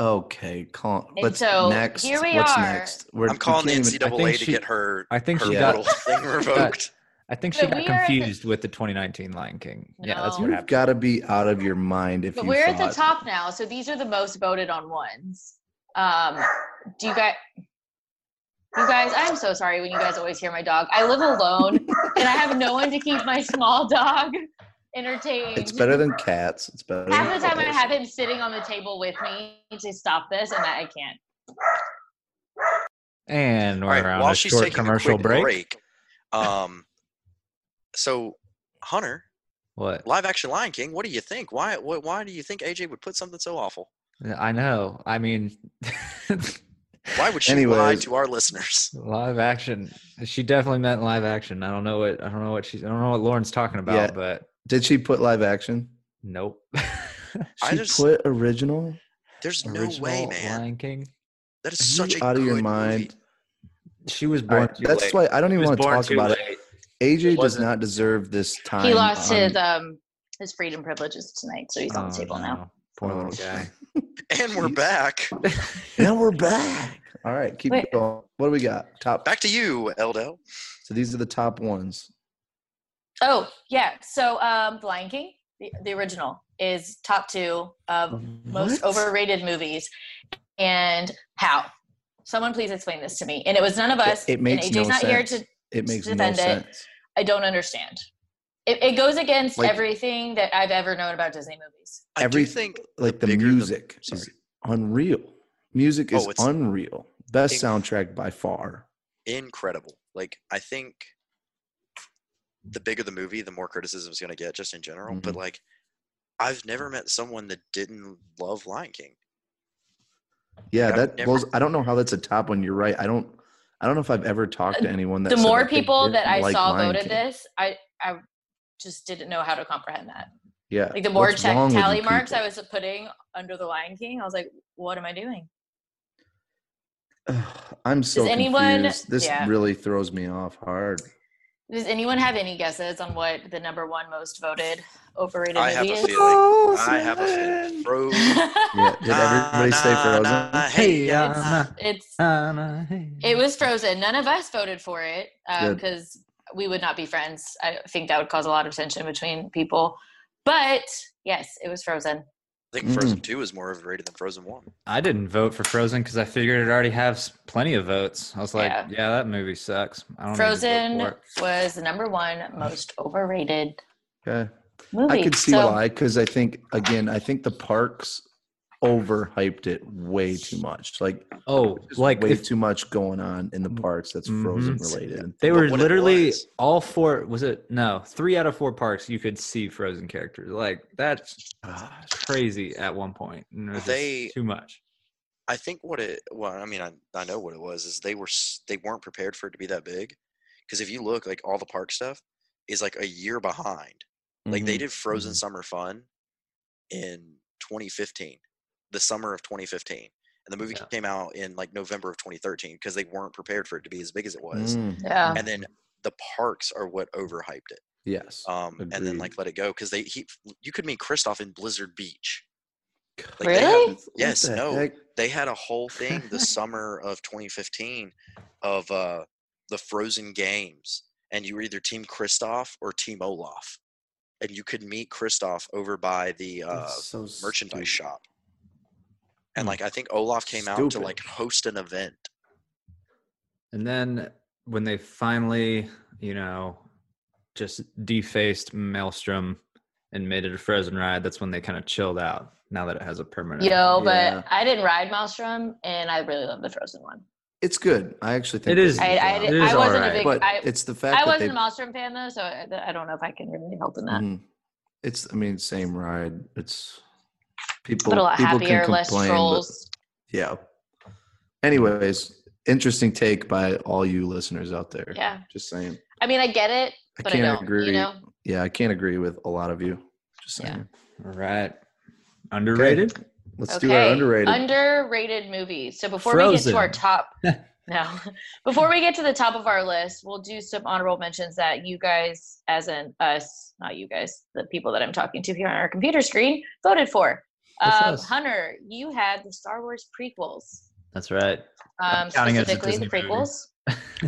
Okay, call.
And
Let's
so,
next.
here we
What's
are.
next? We're,
i'm calling the
can't even-
ncaa to
she-
get her
I think (laughs)
her
she
Yeah.
got.
little
(laughs)
thing revoked
I think
So
she got
we are at the-
confused with the 2019 Lion King. Yeah, that's what
No.
You've
happened.
got to be out of your mind if
Um, But
you.
we're at the
thought-
top now, so these are the most voted on ones. Um, do you guys? You guys, I'm so sorry when you guys always hear my dog. I live alone, and I have no one to keep my small dog (laughs) entertained.
It's better than cats. It's better.
Half
than
the time, I
cats.
have him sitting on the table with me to stop this, and I I can't.
And we're
All right,
on
while
a
she's
short
taking
commercial
a quick
break.
um so hunter
What?
live action lion king what do you think why why, why do you think aj would put something so awful
I know. I mean, (laughs)
why would she lie
Anyways.
to our listeners
live action. She definitely meant live action. I don't know what. I don't know what she's. I don't know what Lauren's talking about.
Yeah.
But
Did she put live action?
nope. (laughs)
I
She
just-
put original.
there's no way
Original
man
Lion King.
Are
that is such
you
a
out of your
good movie.
mind?
She was
All
born.
right,
too
that's
late.
why I don't
He
even
was
want to
born
talk
too
about it.
late.
AJ does
wasn't-
not deserve this time.
He lost
on-
his um his freedom privileges tonight, so he's on the
Oh,
table now.
no. Poor little
Oh.
guy.
And we're back.
Now we're back. All right, keep
Wait.
going. What do we got? Top.
Back to you, Eldo.
So these are the top ones.
Oh yeah, so um, The Lion King, the, the original, is top two of most
What?
overrated movies. And how? Someone please explain this to me. And it was none of us.
It makes
and
no
AJ's not here
sense.
to.
It makes no
defend it.
sense.
I don't understand. It, it goes against
Like-
everything that I've ever known about Disney movies.
I
Every-
do think
Like the
bigger the-
music is
sorry.
unreal. Music is
Oh, it's-
unreal. Best
Inc-
soundtrack by far.
incredible. Like I think the bigger the movie, the more criticism it's going to get, just in general.
Mm-hmm.
But like, I've never met someone that didn't love Lion King.
Yeah,
I've
that
never-
blows. I don't know how that's a top one. You're right. I don't. I don't know if I've ever talked to anyone that.
Uh, the
said
more
that they
people that
didn't
I
like
saw
Lion King.
voted this, I I just didn't know how to comprehend that.
Yeah.
Like the more
What's
check
wrong with you
tally marks
people?
I was putting under the Lion King, I was like, what am I doing?
Ugh, (sighs) I'm so
anyone-
confused. This
yeah.
really throws me off
(laughs)
hard.
Does anyone have any guesses on what the number one most voted overrated
I have
movie
a
is?
feeling. I have a feeling. Bro,
Yeah. (laughs) Did everybody say
Nah,
Frozen?
nah,
Hey,
hey,
yeah,
(laughs) it's
nah, nah, hey.
it was Frozen. None of us voted for it
Good.
because we would not be friends. I think that would cause a lot of tension between people. But yes, it was Frozen.
I think
Mm-hmm.
Frozen Two is more overrated than Frozen One.
I didn't vote for Frozen because I figured it already has plenty of votes. I was like,
Yeah.
yeah, that movie sucks. I don't need to vote for
Frozen
it."
was the number one most overrated
Okay.
movie.
I could see
So-
why, because I think again, I think the parks overhyped it way too much. Like, Mm, mm-hmm.
Oh,
just
like
way
if
too much going on in the parks that's
Mhm.
Frozen related.
they
But
were
what it
literally
was-
all four. Was it no three out of four parks you could see Frozen characters? Like that's crazy at one point. And it was just
They-
too much.
I think what it well, I mean, I, I know what it was is they were s- they weren't prepared for it to be that big, because if you look like all the park stuff is like a year behind. Like they did Frozen Summer Fun in 2015, the summer of 2015, and the movie
Yeah.
came out in like November of 2013 because they weren't prepared for it to be as big as it was.
Mm.
Yeah.
And then the parks are what overhyped it.
yes.
Um, and then like
Agreed.
Let It Go because they he you could meet Kristoff in Blizzard Beach. Like, they had-
really?
What
yes,
the
no,
heck?
they had a whole thing the summer of 2015 of uh, the Frozen Games, and you were either Team Kristoff or Team Olaf, and you could meet Kristoff over by the uh,
That's so stupid.
merchandise shop. And like I think Olaf came out to
Stupid.
like host an event.
And then when they finally, you know, just defaced Maelstrom and made it a Frozen ride, that's when they kind of chilled out. Now that it has a permanent.
Yo, but
Yeah.
I didn't ride Maelstrom, and I really love the Frozen one.
It's good. I actually think
It
they
is-
did a
I,
good
I,
job.
It
I
is
wasn't a
alright.
big.
but
I,
it's the fact
I
that they.
wasn't a Maelstrom fan though, so I, I don't know if I can really help in that.
Mhm. It's I mean same ride. It's people
But a lot
people
happier,
can
less
complain, but-
trolls.
yeah. Anyways, interesting take by all you listeners out there.
Yeah.
Just saying.
I mean, I get it,
I
but I,
can't
don't.
agree.
You know,
Yeah, I can't agree with a lot of you. Just
Yeah.
saying.
All right. Underrated.
Let's do our underrated.
Underrated movies. So before we get to
Frozen.
(laughs)
our top, no, (laughs) before we get to the top of our list, we'll do some honorable mentions that you guys, as in us, not you guys, the people that I'm talking to here on our computer screen, voted for.
That's
Um,
us.
Hunter, you had the Star Wars prequels,
That's right. I'm
um,
counting it as a
specifically the
Disney movie.
prequels,
(laughs)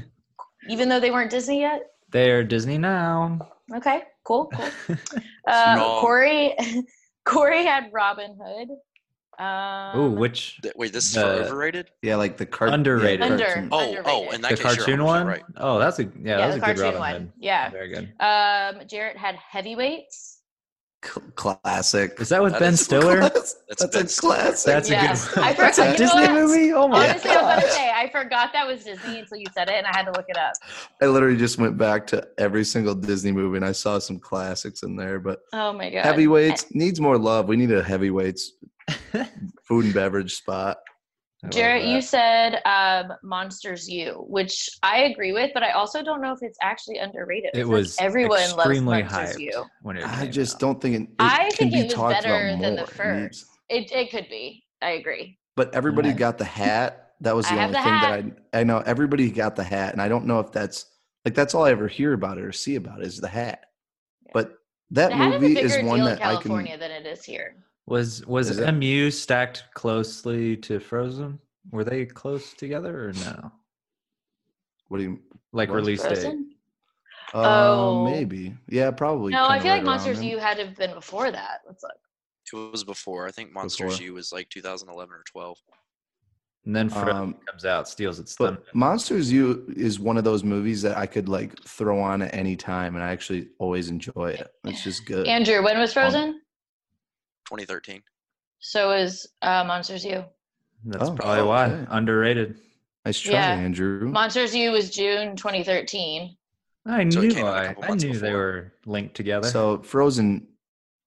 even though they weren't Disney yet.
They are Disney now.
Okay, cool, cool.
(laughs)
Um,
Wrong.
Corey, (laughs) Corey had Robin Hood. Um,
Ooh, which
Th- Wait, this is for
The-
overrated?
yeah, like the cart- yeah,
Underrated.
Under.
cartoon.
Oh, oh,
Underrated.
in that
the
case, you're
cartoon
100%
one?
right.
Oh, that's a yeah,
yeah,
that's
the
a good
cartoon
Robin
one.
Hood.
Yeah.
Very good.
Um, Jarrett had heavyweights.
Cl- classic.
Is that with
That
Ben
is-
Stiller?
That's,
That's
that's
Ben
a
Stiller.
classic.
(laughs) That's
Yeah.
a good.
I
One. That's a
forgot- you know
Disney
what?
movie. Oh my
Honestly, I was
(laughs) gosh.
gonna say I forgot that was Disney until you said it, and I had to look it up.
I literally just went back to every single Disney movie and I saw some classics in there, but
Oh my god.
heavyweights needs more love. We need a heavyweights food and beverage spot.
I love
Jarrett,
that.
you said um, Monsters U, which I agree with, but I also don't know if it's actually underrated.
It
because
was
everyone loves
extremely
Monsters
hyped
U.
when it
I
came
just
out.
don't think it, it can
I think
be
it was
talked about
better
more.
than the
It needs-
It it could be. I agree.
But everybody
Right.
got the hat That was the
I have
only
the
thing that I I know everybody got the hat, and I don't know if that's like that's all I ever hear about it or see about it is the hat. But that
the hat
movie
is a
is,
bigger
one
deal
that
in
I can.
California than it is here.
Was was
Is it-
MU stacked closely to Frozen? Were they close together or no?
What do you?
Like
Was
release date?
Frozen?
Oh,
Oh.
maybe. Yeah, probably.
No, I
kinda
feel
right
like
around
Monsters
then.
U had to have been before that. Let's look.
It was before. I think Monsters
Before.
U was like 2011 or 12.
And then Frozen
Um,
comes out, steals its thunder.
But Monsters U is one of those movies that I could like throw on at any time, and I actually always enjoy it. It's just good.
Andrew, when was Frozen?
2013.
so was uh, Monsters U.
That's
Oh,
probably why
okay.
underrated.
nice try,
yeah.
Andrew.
Monsters U was June 2013.
I
So it
knew
came out a
I,
couple
I
months
knew they
before.
were linked together.
so Frozen.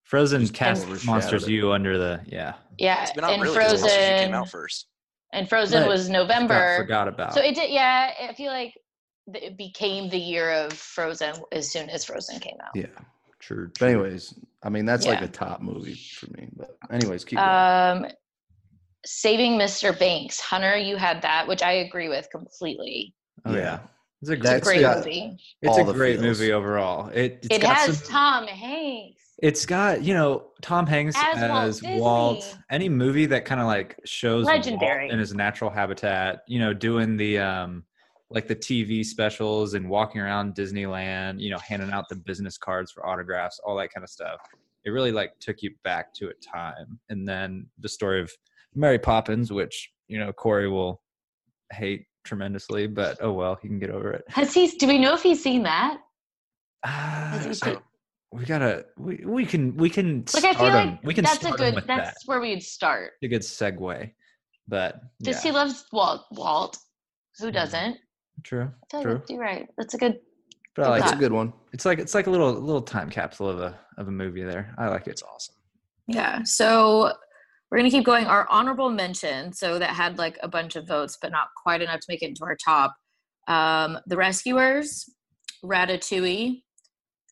Frozen
Just
cast
overshadowed
Monsters
it.
U under the yeah.
Yeah,
It's been out
and
really 'cause Monsters U came
Frozen
out first.
and Frozen
But
was
Forgot-
November.
forgot about.
So it did. Yeah, I feel like th- it became the year of Frozen as soon as Frozen came out.
Yeah.
True.
But anyways, I mean that's like
Yeah.
a top movie for me. But anyways, keep going.
Um, Saving Mr. Banks, Hunter, you had that, which I agree with completely.
Oh, yeah. It's a
It's a
great,
That's
great
got-
movie.
it's
all
a
the
great
feels.
movie overall. It it's
It
got
has
some-
Tom Hanks.
it's got you know Tom Hanks
As Walt
as, Walt,
Disney.
Any movie that kind of like shows Walt
Legendary.
in his natural habitat, you know, doing the um like the TV specials and walking around Disneyland, you know, handing out the business cards for autographs, all that kind of stuff. It really like took you back to a time, and then the story of Mary Poppins, which you know Corey will hate tremendously, but oh well, he can get over it.
Has he? Do we know if he's seen that?
Ah,
I think
I-
so.
we gotta we, we can we can
Like I
start
feel
him.
like
we can
that's a
start
good.
him with
That's where we'd start.
that. A good segue, but
Just
yeah,
he loves Walt. Walt, who doesn't?
true,
I feel
true.
like you're right. That's a good.
But I like
that's
it.
a good one.
it's like it's like a little little time capsule of a of a movie there. I like it.
It's awesome.
Yeah. So we're gonna keep going. Our honorable mention, so that had like a bunch of votes, but not quite enough to make it into our top. Um, the Rescuers, Ratatouille,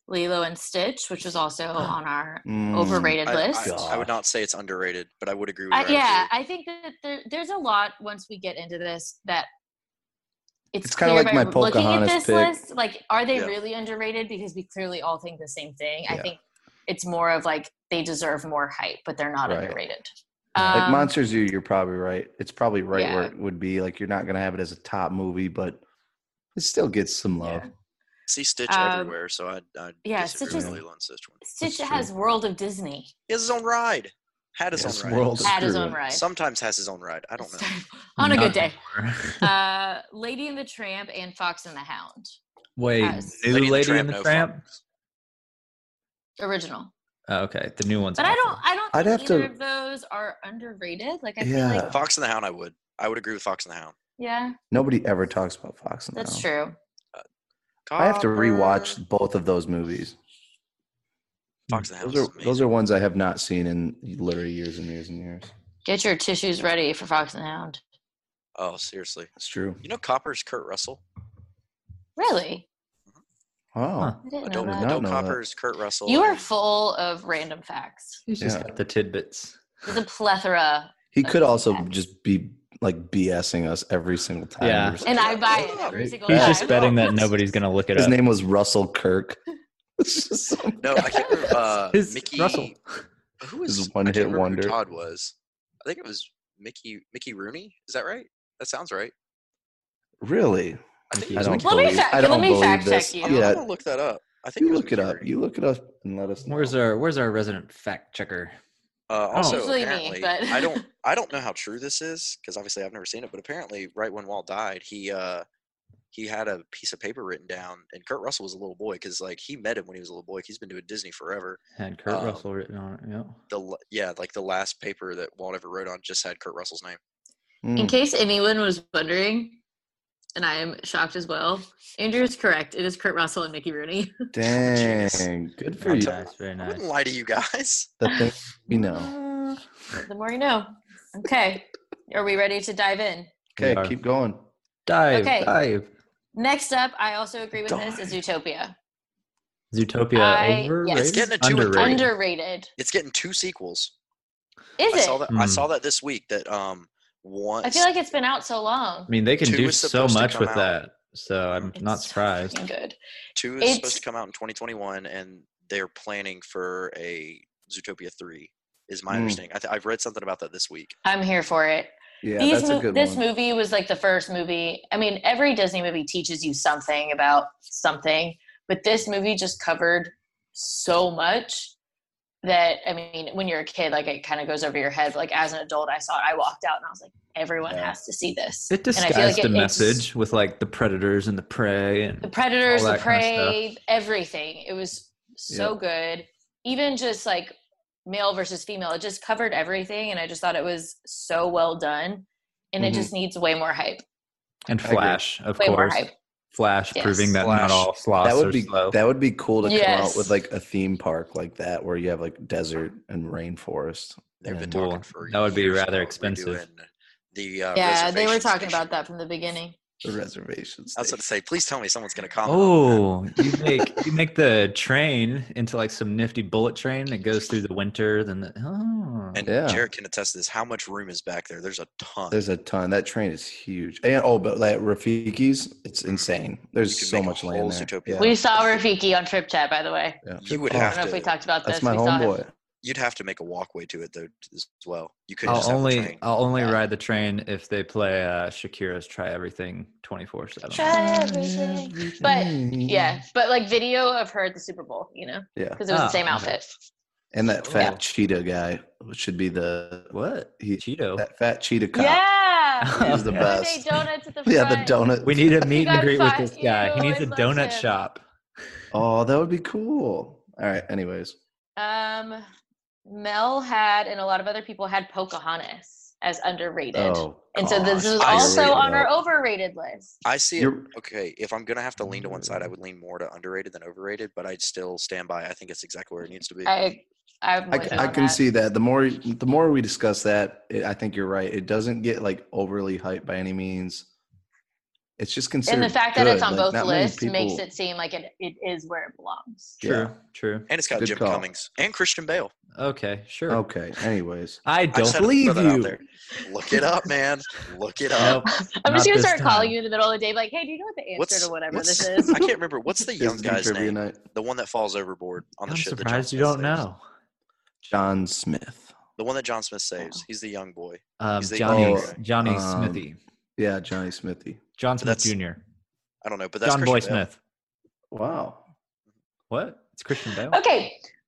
Lilo and Stitch, which was also on our
Mm,
overrated
Hmm, I,
list.
I, I would not say it's underrated, but I would agree with
I,
Ratatouille.
yeah, I think that there, there's a lot once we get into this that it's,
It's kinda
kind of
like my
looking at
Pocahontas
this
pick.
list. Like, are they
Yeah.
really underrated? Because we clearly all think the same thing. I
Yeah.
think it's more of like they deserve more hype, but they're not
Right.
underrated.
Like
Like
Um,
Monsters U, you're probably right. It's probably right where
yeah.
it would be. Like you're not gonna have it as a top movie, but it still gets some love.
Yeah.
see Stitch
Um,
everywhere, so I, I
yeah,
disagree
Stitch
with
is-
Lilo and Stitch one.
Stitch
That's
has World of Disney.
He has his own ride. Had his
Yes,
own ride.
world.
Had his
Screw
own
it.
ride. (laughs)
Sometimes has his own ride. I don't know.
On a
Not
good day.
anymore.
Uh, Lady and the Tramp and Fox and the Hound.
(laughs) Wait,
Yes.
new Lady, and the
no
Tramp.
Fox.
Original.
Oh, okay, the new one's.
But I
awful.
don't I don't
I'd
think
have
either
to-
of those are underrated. Like I
Yeah.
feel like
Fox and the Hound. I would. I would agree with Fox and the Hound.
yeah,
Nobody ever talks about Fox and the
that's
Hound.
true.
I have to
Copper.
rewatch both of those movies.
Fox and the Hound.
Those are those are ones I have not seen in literally years and years and years.
Get your tissues ready for Fox and the Hound.
Oh, seriously.
That's true.
You know, Copper's Kurt Russell.
Really?
Oh,
Huh.
I didn't
Adult,
know
did
that.
not
adult
know that.
Copper's Kurt Russell.
You are
and
full of random facts.
He's just
Yeah.
got the tidbits.
There's a plethora,
he could also just be like BSing us every single time.
Yeah.
We're-
and I buy it every single
He's
time.
just betting that nobody's gonna look it
His
up.
name was Russell Kirk. (laughs) It's just so-
No, I
(laughs)
can't remember. Uh,
His-
Mickey.
Russell.
Who was
His one
I can't
hit
remember who
wonder.
Todd was. I think it was Mickey. Mickey Rooney. Is that right? That sounds right.
Really?
I think
Mickey
it
I
was
don't
Mickey.
Let me
believe,
fact-
I don't
let me
believe
fact check
this.
you.
I'm
Yeah,
gonna look that up. I think
you
it was
look it
Mickey
up.
Rooney.
You look it up and let us know.
Where's our Where's our resident fact checker?
Uh,
Oh.
also,
Usually me,
apparently,
but-
I
(laughs)
don't, I don't know how true this is because obviously I've never seen it. But apparently, right when Walt died, he, uh, he had a piece of paper written down, and Kurt Russell was a little boy because like he met him when he was a little boy. 'cause He's been doing Disney forever.
Had Kurt
Um,
Russell written on it. Yep.
The l- yeah, like the last paper that Walt ever wrote on just had Kurt Russell's name.
In
Mm.
case anyone was wondering, and I am shocked as well, Andrew is correct. It is Kurt Russell and Mickey Rooney. (laughs)
Dang. Good for
Very
you.
nice. Very
I
nice.
wouldn't lie to you guys. (laughs)
The thing we know.
the more you know. Okay. Are we ready to dive in?
We
Okay,
are.
keep going.
Dive,
Okay.
dive.
Next up, I also agree with this is Utopia.
Zootopia
I- yes.
overrated.
It's
getting a two and
underrated.
Right.
Underrated.
It's getting two sequels.
Is
I
it?
saw that. I
Hmm.
saw that this week. That um, once.
I feel like it's been out so long.
I mean, they can
Two
do
is
so
supposed to
much
come
with
out.
that. So I'm not
It's so
surprised.
freaking Good.
Two is
It's-
supposed to come out in 2021, and they're planning for a Zootopia three. Is my
Hmm.
Mm.
understanding. I th- I've read something about that this week.
I'm here for it.
Yeah,
These
that's
mo-
a good
this
one.
movie was like the first movie. I mean, every Disney movie teaches you something about something, but this movie just covered so much that I mean, when you're a kid, like it kind of goes over your head. But, like as an adult, I saw it. I walked out and I was like, everyone
Yeah.
has to see this.
It
And I feel
disguised the
like it- it's-
message with like the predators and the prey
the
and
predators
all
the
that kinda stuff.
prey everything it was so good even just like male versus female it just covered everything and i just thought it was so well done and
Mhm.
it just needs way more hype
and
agree.
Flash, of
way more
course.
hype
Flash
Yes.
proving that
Flash.
not all sloths
That
are
would be
slow.
that would be cool to come out
Yes.
with like a theme park like that where you have like desert and rainforest.
They've been
and-
Well,
talking for
that would be
years
rather
about
expensive.
redoing The uh,
yeah they were
reservation
talking
station.
about that from the beginning
the reservations.
I was going to say, please tell me someone's going to comment. on that.
Oh, you make you make the train into like some nifty bullet train that goes through the winter. Then the oh,
And
yeah.
Jared can attest to this. How much room is back there? There's a ton.
There's a ton. That train is huge. And oh, but like Rafiki's, it's insane. There's
You could
so
make a
much
whole
land there.
Zootopia.
Yeah.
we saw rafiki on trip chat by the way
yeah.
you would
Oh,
i
have
don't know if
to.
we talked about this
That's my
we saw him
homeboy.
you'd have to make a walkway to it though t- as well. You could just
I'll
have the
only
train.
I'll only
Yeah.
ride the train if they play uh, Shakira's "Try Everything" twenty four seven.
try everything but yeah but like video of her at the super bowl you know
Yeah.
because it was
Ah,
the same
okay.
outfit
And that fat
Yeah.
cheetah guy should be the
What
He,
Cheeto?
that fat cheetah cop.
yeah
He is the
Okay.
Where
best.
they donuts at the
(laughs) Yeah, the
front.
donut.
(laughs) We need a
You
meet and
gotta
greet with
find-
this guy.
you
he needs a
always love
donut
him.
shop.
Oh, that would be cool. All right. Anyways,
Um, Mel had, and a lot of other people had Pocahontas as underrated.
oh,
and so this
gosh,
is
I
also
see.
on our overrated list.
I see it.
You're-
Okay, if I'm gonna have to lean to one side, I would lean more to underrated than overrated, but I'd still stand by. I think it's exactly where it needs to be.
I, I'm
I,
with
c-
you
I
on
can
that.
see that. The more the more we discuss that, it, I think you're right. It doesn't get like overly hyped by any means. It's just considered.
And the fact that it's
good.
on
Like,
both
not many
lists makes
people-
it seem like it, it is where it belongs.
Yeah.
True, true.
and it's got
Good
Jim
call.
Cummings and Christian Bale.
Okay, sure.
Okay. Anyways,
I
I
don't
just had to throw
believe
that out
you.
there. Look it up, man. Look it
Nope,
up.
(laughs) I'm
not
just gonna
this
start calling
time.
you in the middle of the day, like, hey, do you know what the answer
What's-
to whatever
what's-
(laughs)
this is?
I can't remember what's the young
Disney
guy's
trivia
name.
night.
The one that falls overboard on the
I'm
ship. that John
surprised you
Smith
don't
saves.
know.
John Smith.
The one that John Smith saves. He's the young boy.
Um,
He's the-
Johnny
Oh,
Johnny
um,
Smithy,
Yeah, Johnny Smithy.
John Smith
that's-
Jr.,
I don't know, but that's
John Boy
Christian Bale.
Smith.
Wow.
What? It's Christian Bale.
okay. (laughs)
(laughs)
(laughs)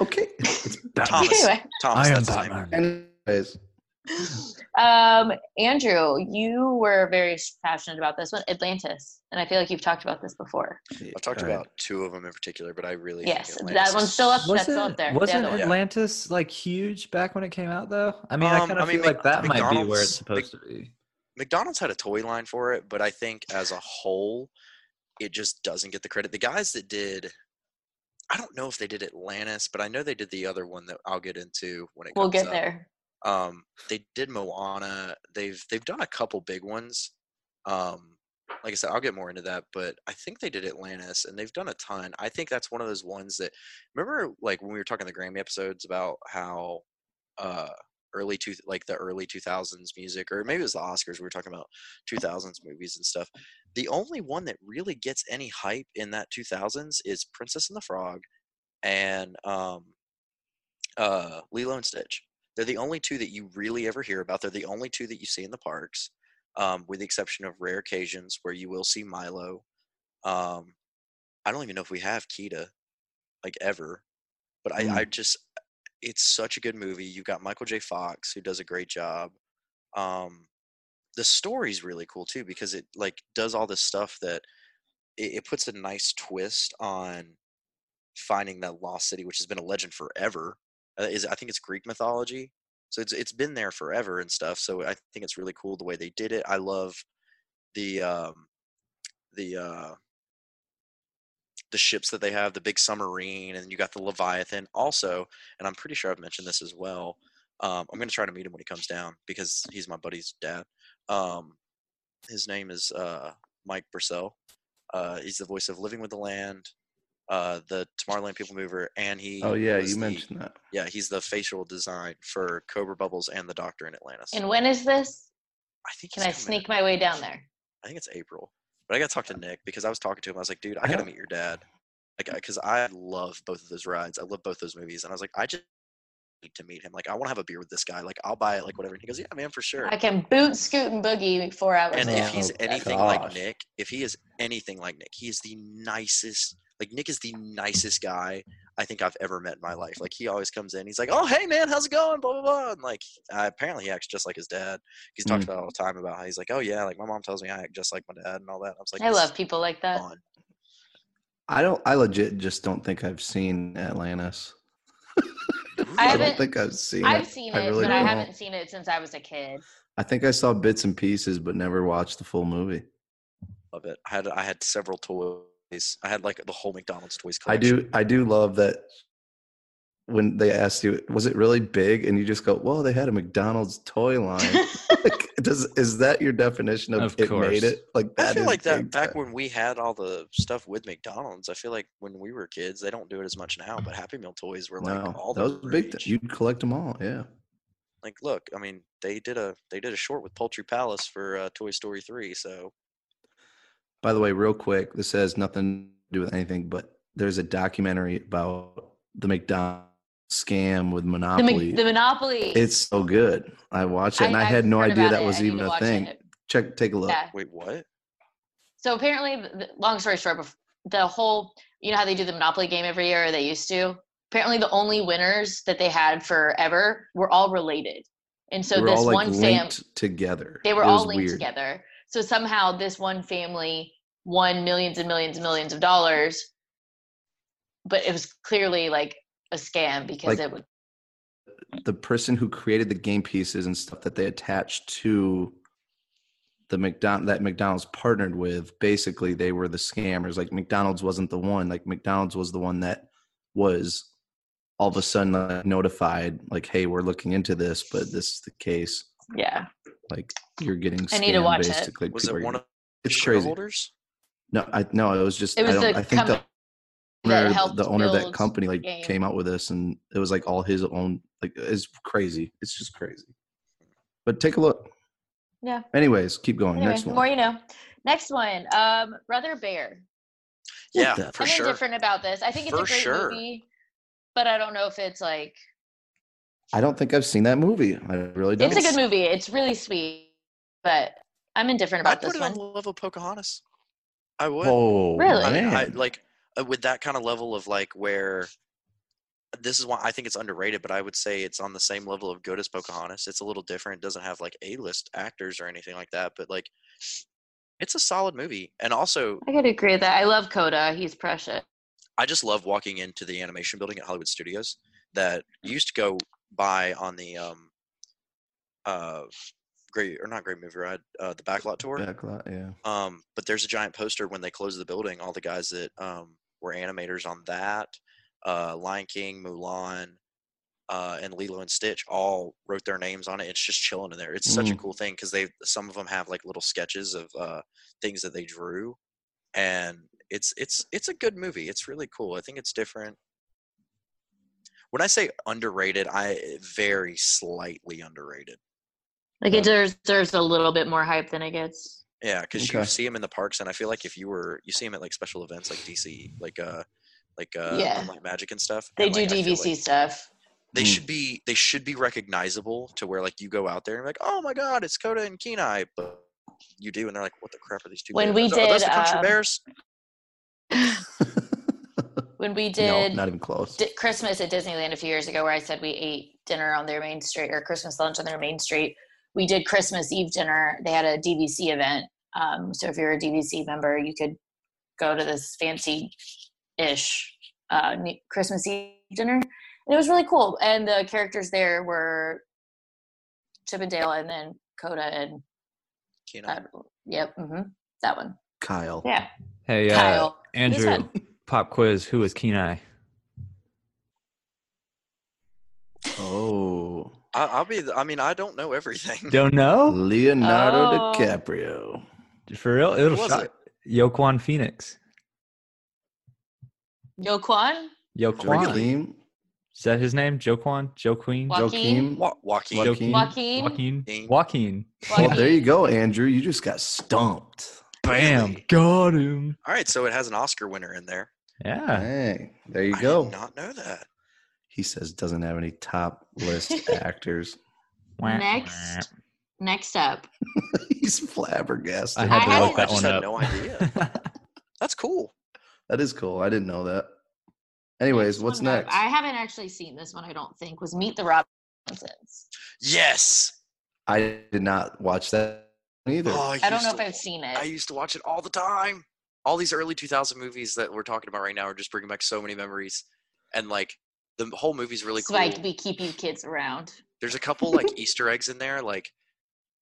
Okay.
(laughs) Thomas.
Anyway.
Thomas. that's his name.
Anyways,
Um, Andrew, you were very passionate about this one, Atlantis. And I feel like you've talked about this before.
I talked
all right.
about two of them in particular, but I really
Yes,
think Atlantis
that one's still
is-
up. That's still up there. The
wasn't
other one.
Yeah.
Atlantis like huge back when it came out though? I mean, I
Um,
kind
I
of
mean,
feel like that might be where
McDonald's-
it's supposed to be.
McDonald's had a toy line for it, but I think as a whole, it just doesn't get the credit. The guys that did, I don't know if they did Atlantis, but I know they did the other one that I'll get into when it
We'll
comes
get
up.
there.
Um, they did Moana. They've they've done a couple big ones. Um, like I said, I'll get more into that, but I think they did Atlantis, and they've done a ton. I think that's one of those ones that remember, like when we were talking the Grammy episodes about how uh, early two like the early two thousands music, or maybe it was the Oscars. We were talking about two thousands movies and stuff. The only one that really gets any hype in that two thousands is Princess and the Frog, and um, uh, Lilo and Stitch. They're the only two that you really ever hear about. They're the only two that you see in the parks, um, with the exception of rare occasions where you will see Milo. Um, I don't even know if we have Kita, like ever, but I, I just, it's such a good movie. You've got Michael J. Fox who does a great job. Um, the story's really cool too because it like does all this stuff that it, it puts a nice twist on finding that lost city, which has been a legend forever. Uh, Is I think it's Greek mythology, so it's it's been there forever and stuff. So I think it's really cool the way they did it. I love the um, the uh, the ships that they have, the big submarine, and you got the Leviathan also. And I'm pretty sure I've mentioned this as well. Um, I'm gonna try to meet him when he comes down because he's my buddy's dad. Um, his name is uh, Mike Purcell. Uh, he's the voice of Living with the Land, uh, the Tomorrowland People Mover, and he.
Oh yeah,
was
you
the-
mentioned that.
Yeah, he's the facial design for Cobra Bubbles and the Doctor in Atlantis.
And when is this?
I think
Can
he's
I
coming.
sneak my way down there?
I think it's April. But I got to talk to Nick because I was talking to him. I was like, dude,
(laughs)
I got to meet your dad. Like, because I love both of those rides. I love both those movies. And I was like, I just need to meet him. Like, I want to have a beer with this guy. Like, I'll buy it. Like, whatever. And he goes, yeah, man, for sure.
I can boot, scoot, and boogie four hours.
And if
long.
he's
Oh,
anything
gosh.
like Nick, if he is anything like Nick, he is the nicest. Like Nick is the nicest guy I think I've ever met in my life. Like he always comes in, he's like, "Oh hey man, how's it going?" Blah blah blah. And like uh, apparently he acts just like his dad. He's
Mm.
talked about it all the time about how he's like, "Oh yeah, like my mom tells me I act just like my dad and all that." I was like,
I
"This
love
is
people like that.
fun."
I don't. I legit just don't think I've seen Atlantis.
I
I, don't
haven't-
think I've seen.
I've seen it,
I really
but I
don't.
haven't seen it since I was a kid. (laughs)
I think I saw bits and pieces, but never watched the full movie.
Love it. I had I had several toys. I had like the whole McDonald's toys.
I
Collection.
do. I do love that. When they asked you, was it really big? And you just go, "Well, they had a McDonald's toy
(laughs)
line." like, does is that your definition of,
Of
it
course.
made it? Like that
I feel
is
like that
big
back
time.
when we had all the stuff with McDonald's. I feel like when we were kids, they don't do it as much now. But Happy Meal toys were like
no,
all
that was
the
big. Th-
rage.
you'd collect them all. Yeah.
Like, look, I mean, they did a they did a short with Poultry Palace for uh, Toy Story three. So
By the way, real quick, this has nothing to do with anything, but there's a documentary about the McDonald's scam with
The,
Monopoly.
Mon- the Monopoly.
it's so good. I watched it, and I,
I've
had no
heard
idea
about
that
it.
was
I need
even
to
a
watch
thing.
it.
Check, take a look.
Yeah.
wait, what?
So apparently, th- th- long story short, bef- the whole you know how they do the Monopoly game every year, or they used to. Apparently, the only winners that they had forever were all related, and so
they were
this
all like
one fam
linked together.
they
It
were all
was
linked
weird.
together. So somehow this one family won millions and millions and millions of dollars, but it was clearly like a scam because
Like,
it was
The person who created the game pieces and stuff that they attached to the McDonald that McDonald's partnered with, basically they were the scammers. Like McDonald's wasn't the one. Like McDonald's was the one that was all of a sudden like, notified, like, "Hey, we're looking into this, but this is the case.
yeah.
Like you're getting scammed."
I need to watch it.
basically.
Was it
People are
one
getting-
of
it's
the
crazy.
shareholders?
No, I no, it was just
It was
I don't
the
I think
company
the
that
owner,
helped
the owner of that
build
company like
game.
came out with this and it was like all his own like it's crazy. It's just crazy. But take a look.
Yeah.
Anyways, keep going.
Anyway,
Next
the
one.
more you know. Next one, um, Brother Bear.
Yeah,
the-
for
I'm
sure.
indifferent about this. I think it's
For
a great
sure.
movie, but I don't know if it's like
I don't think I've seen that movie. I really don't.
it's a good movie. It's really sweet, but I'm indifferent about
I'd put
this
it
one.
on the level of Pocahontas. I would.
Oh,
Really?
I mean, I,
man.
like uh, with that kind of level of like where this is why I think it's underrated, but I would say it's on the same level of good as Pocahontas. It's a little different. It doesn't have like A list actors or anything like that, but like it's a solid movie. And also,
I could agree with that. I love Coda. He's precious.
I just love walking into the animation building at Hollywood Studios that
Mm.
you used to go by on the um uh great or not great movie ride uh the backlot tour.
Backlot, yeah. (laughs)
Um, but there's a giant poster when they close the building. All the guys that um, were animators on that, uh, Lion King, Mulan, uh, and Lilo and Stitch all wrote their names on it. It's just chilling in there. It's such a
Mm.
cool thing because they some of them have like little sketches of uh, things that they drew, and it's it's it's a good movie. It's really cool. I think it's different. When I say underrated, I eh, very slightly underrated.
Like it deserves a little bit more hype than it gets.
Yeah, because you
Okay.
see them in the parks, and I feel like if you were, you see them at like special events, like DC, like uh, like uh,
Yeah.
Moonlight Magic and stuff.
They
and,
do
like, I feel
DVC
like
stuff.
they
Mm.
should be they should be recognizable to where like you go out there and be like, oh my god, it's Coda and Kenai, but you do, and they're like, what the crap are these two?
When
bears?
we
Are "Oh, those
did,
the country
um,
bears?
When we
no,
did
not even close.
di- Christmas at Disneyland a few years ago, where I said we ate dinner on their main street or Christmas lunch on their main street, we did Christmas Eve dinner. They had a DVC event. Um, so if you're a DVC member, you could go to this fancy ish uh, ne- Christmas Eve dinner. And it was really cool. And the characters there were Chip and Dale and then Coda and,
Kenai.
uh, yep, hmm that one.
Kyle.
Yeah.
Hey, uh,
Kyle.
Andrew, pop quiz. Who is (laughs) Kenai?
Oh.
I, I'll be. The, I mean, I don't know everything.
Don't know.
Leonardo
Oh.
DiCaprio.
For real, it'll
was
shock. Yoquan Phoenix.
Yoquan?
Joaquin. Is that his name? Joquan? Joaquin?
Joaquin?
(laughs) Wa- Joaquin.
Joaquin.
Joaquin?
Joaquin.
Joaquin.
Joaquin.
Well, there you go, Andrew. You just got stumped.
Bam. Got him.
All right, so it has an Oscar winner in there.
Yeah.
Hey, there you
I
go.
did not know that.
He says doesn't have any top
(laughs)
list actors. (laughs)
Wah,
Next. Next up.
He's flabbergasted.
I had
I
to
had-
look
I
that
just
one
had
up.
no idea. That's cool.
That is cool. I didn't know that. Anyways,
Next
what's
one up.
next?
I haven't actually seen this one, I don't think, was Meet the Robinsons.
Yes.
I did not watch that either.
Oh,
I don't
used
know if
to-
I've seen it.
I used to watch it all the time. All these early 2000 movies that we're talking about right now are just bringing back so many memories. And like the whole movie's really cool.
Spike, we keep you kids around.
There's a couple like Easter eggs in there, like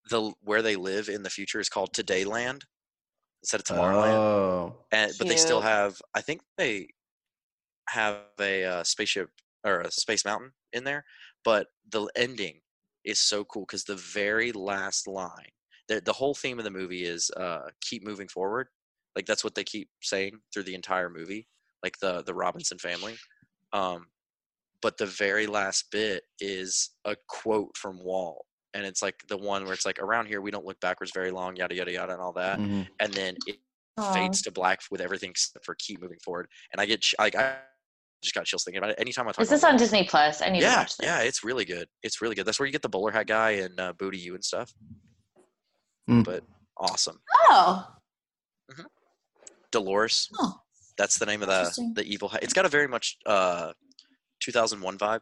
the where they live in the future is called Todayland instead of Tomorrowland.
Oh,
and, but they still
Cute.
have, I think they have a uh, spaceship or a space mountain in there. But the ending is so cool because the very last line the, the whole theme of the movie is uh, keep moving forward. Like that's what they keep saying through the entire movie, like the the Robinson family. Um, but the very last bit is a quote from Wall, and it's like the one where it's like, "Around here, we don't look backwards very long," yada yada yada, and all that.
Mm-hmm.
mhm.
And then it
Aw.
fades to black with everything except for keep moving forward. And I get ch- like I just got chills thinking about it. Anytime I talk
Is
about
this on Disney Plus? I need to
Yeah,
watch this.
yeah, it's really good. It's really good. That's where you get the bowler hat guy and uh, Booty You and stuff.
Hmm.
Mm.
But awesome.
Oh,
Dolores.
Oh.
That's the name of the
Interesting.
the evil. ha- It's got a very much uh, 2001 vibe.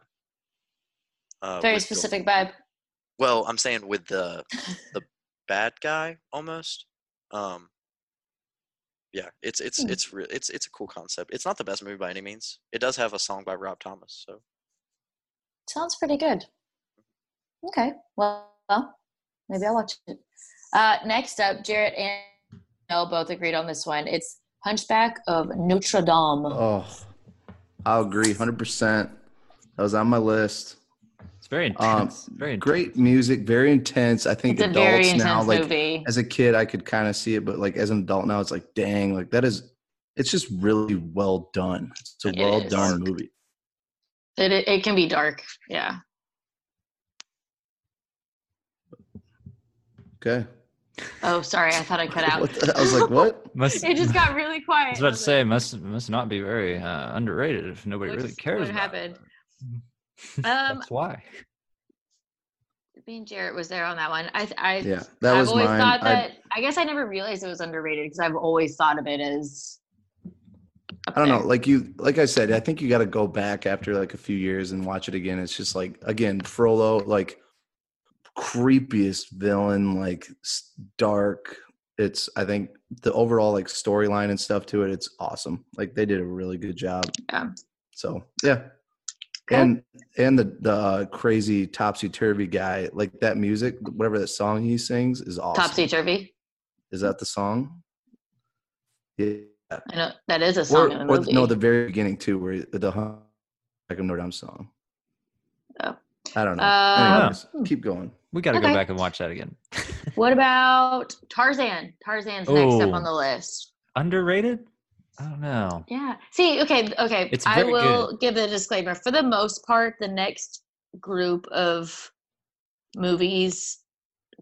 Uh,
very
with Dol-
specific vibe.
well, I'm saying with the the bad guy almost. Um, yeah, it's it's
Hmm.
it's re- it's it's a cool concept. It's not the best movie by any means. It does have a song by Rob Thomas. So
Sounds pretty good. Okay. Well, well maybe I'll watch it. Uh, next up, Jarrett and Mel both agreed on this one. It's Hunchback of Notre Dame.
oh, I'll agree 100%. That was on my list.
(laughs) It's very
Um,
intense. very intense.
Great music, very intense. I think
it's a
adults
very intense
now, like
movie.
as a kid, I could kind of see it, but like as an adult now, it's like, dang, like that is, it's just really well done. It's a
It
well
is.
done movie.
It, it, it can be dark. Yeah.
Okay.
Oh, sorry. I thought
(laughs)
I cut out.
What the- I was like, what?
Must,
(laughs) it just got really
(laughs)
quiet.
I was about to say, must must not be very uh, underrated if nobody
What-
really cares.
what
about
happened?
it. (laughs)
Um,
That's why.
being Jarrett was there on that one. I, I,
Yeah, that
I've
was
always
mine.
thought
I-
that. I, guess I never realized it was underrated because I've always thought of it as. up
I don't
there.
know. Like you, like I said, I think you got to go back after like a few years and watch it again. It's just like again, Frollo, like creepiest villain, like s- dark. It's I think the overall like storyline and stuff to it. It's awesome. Like they did a really good job.
Yeah.
So yeah,
Okay.
and and the the uh, crazy topsy turvy guy, like that music, whatever that song he sings is awesome.
Topsy turvy.
is that the song? Yeah.
I know that is a song
Or,
in the
or
movie.
no, the very beginning too, where the Hun- like a Notre Dame song.
Oh.
I don't know.
Um,
Anyways, keep going.
We got to
Okay.
go back and watch that again.
what about Tarzan? Tarzan's next up
Oh.
on the list.
underrated? I don't know.
Yeah. See, okay, okay.
It's
I
very
will give a disclaimer. For the most part, the next group of movies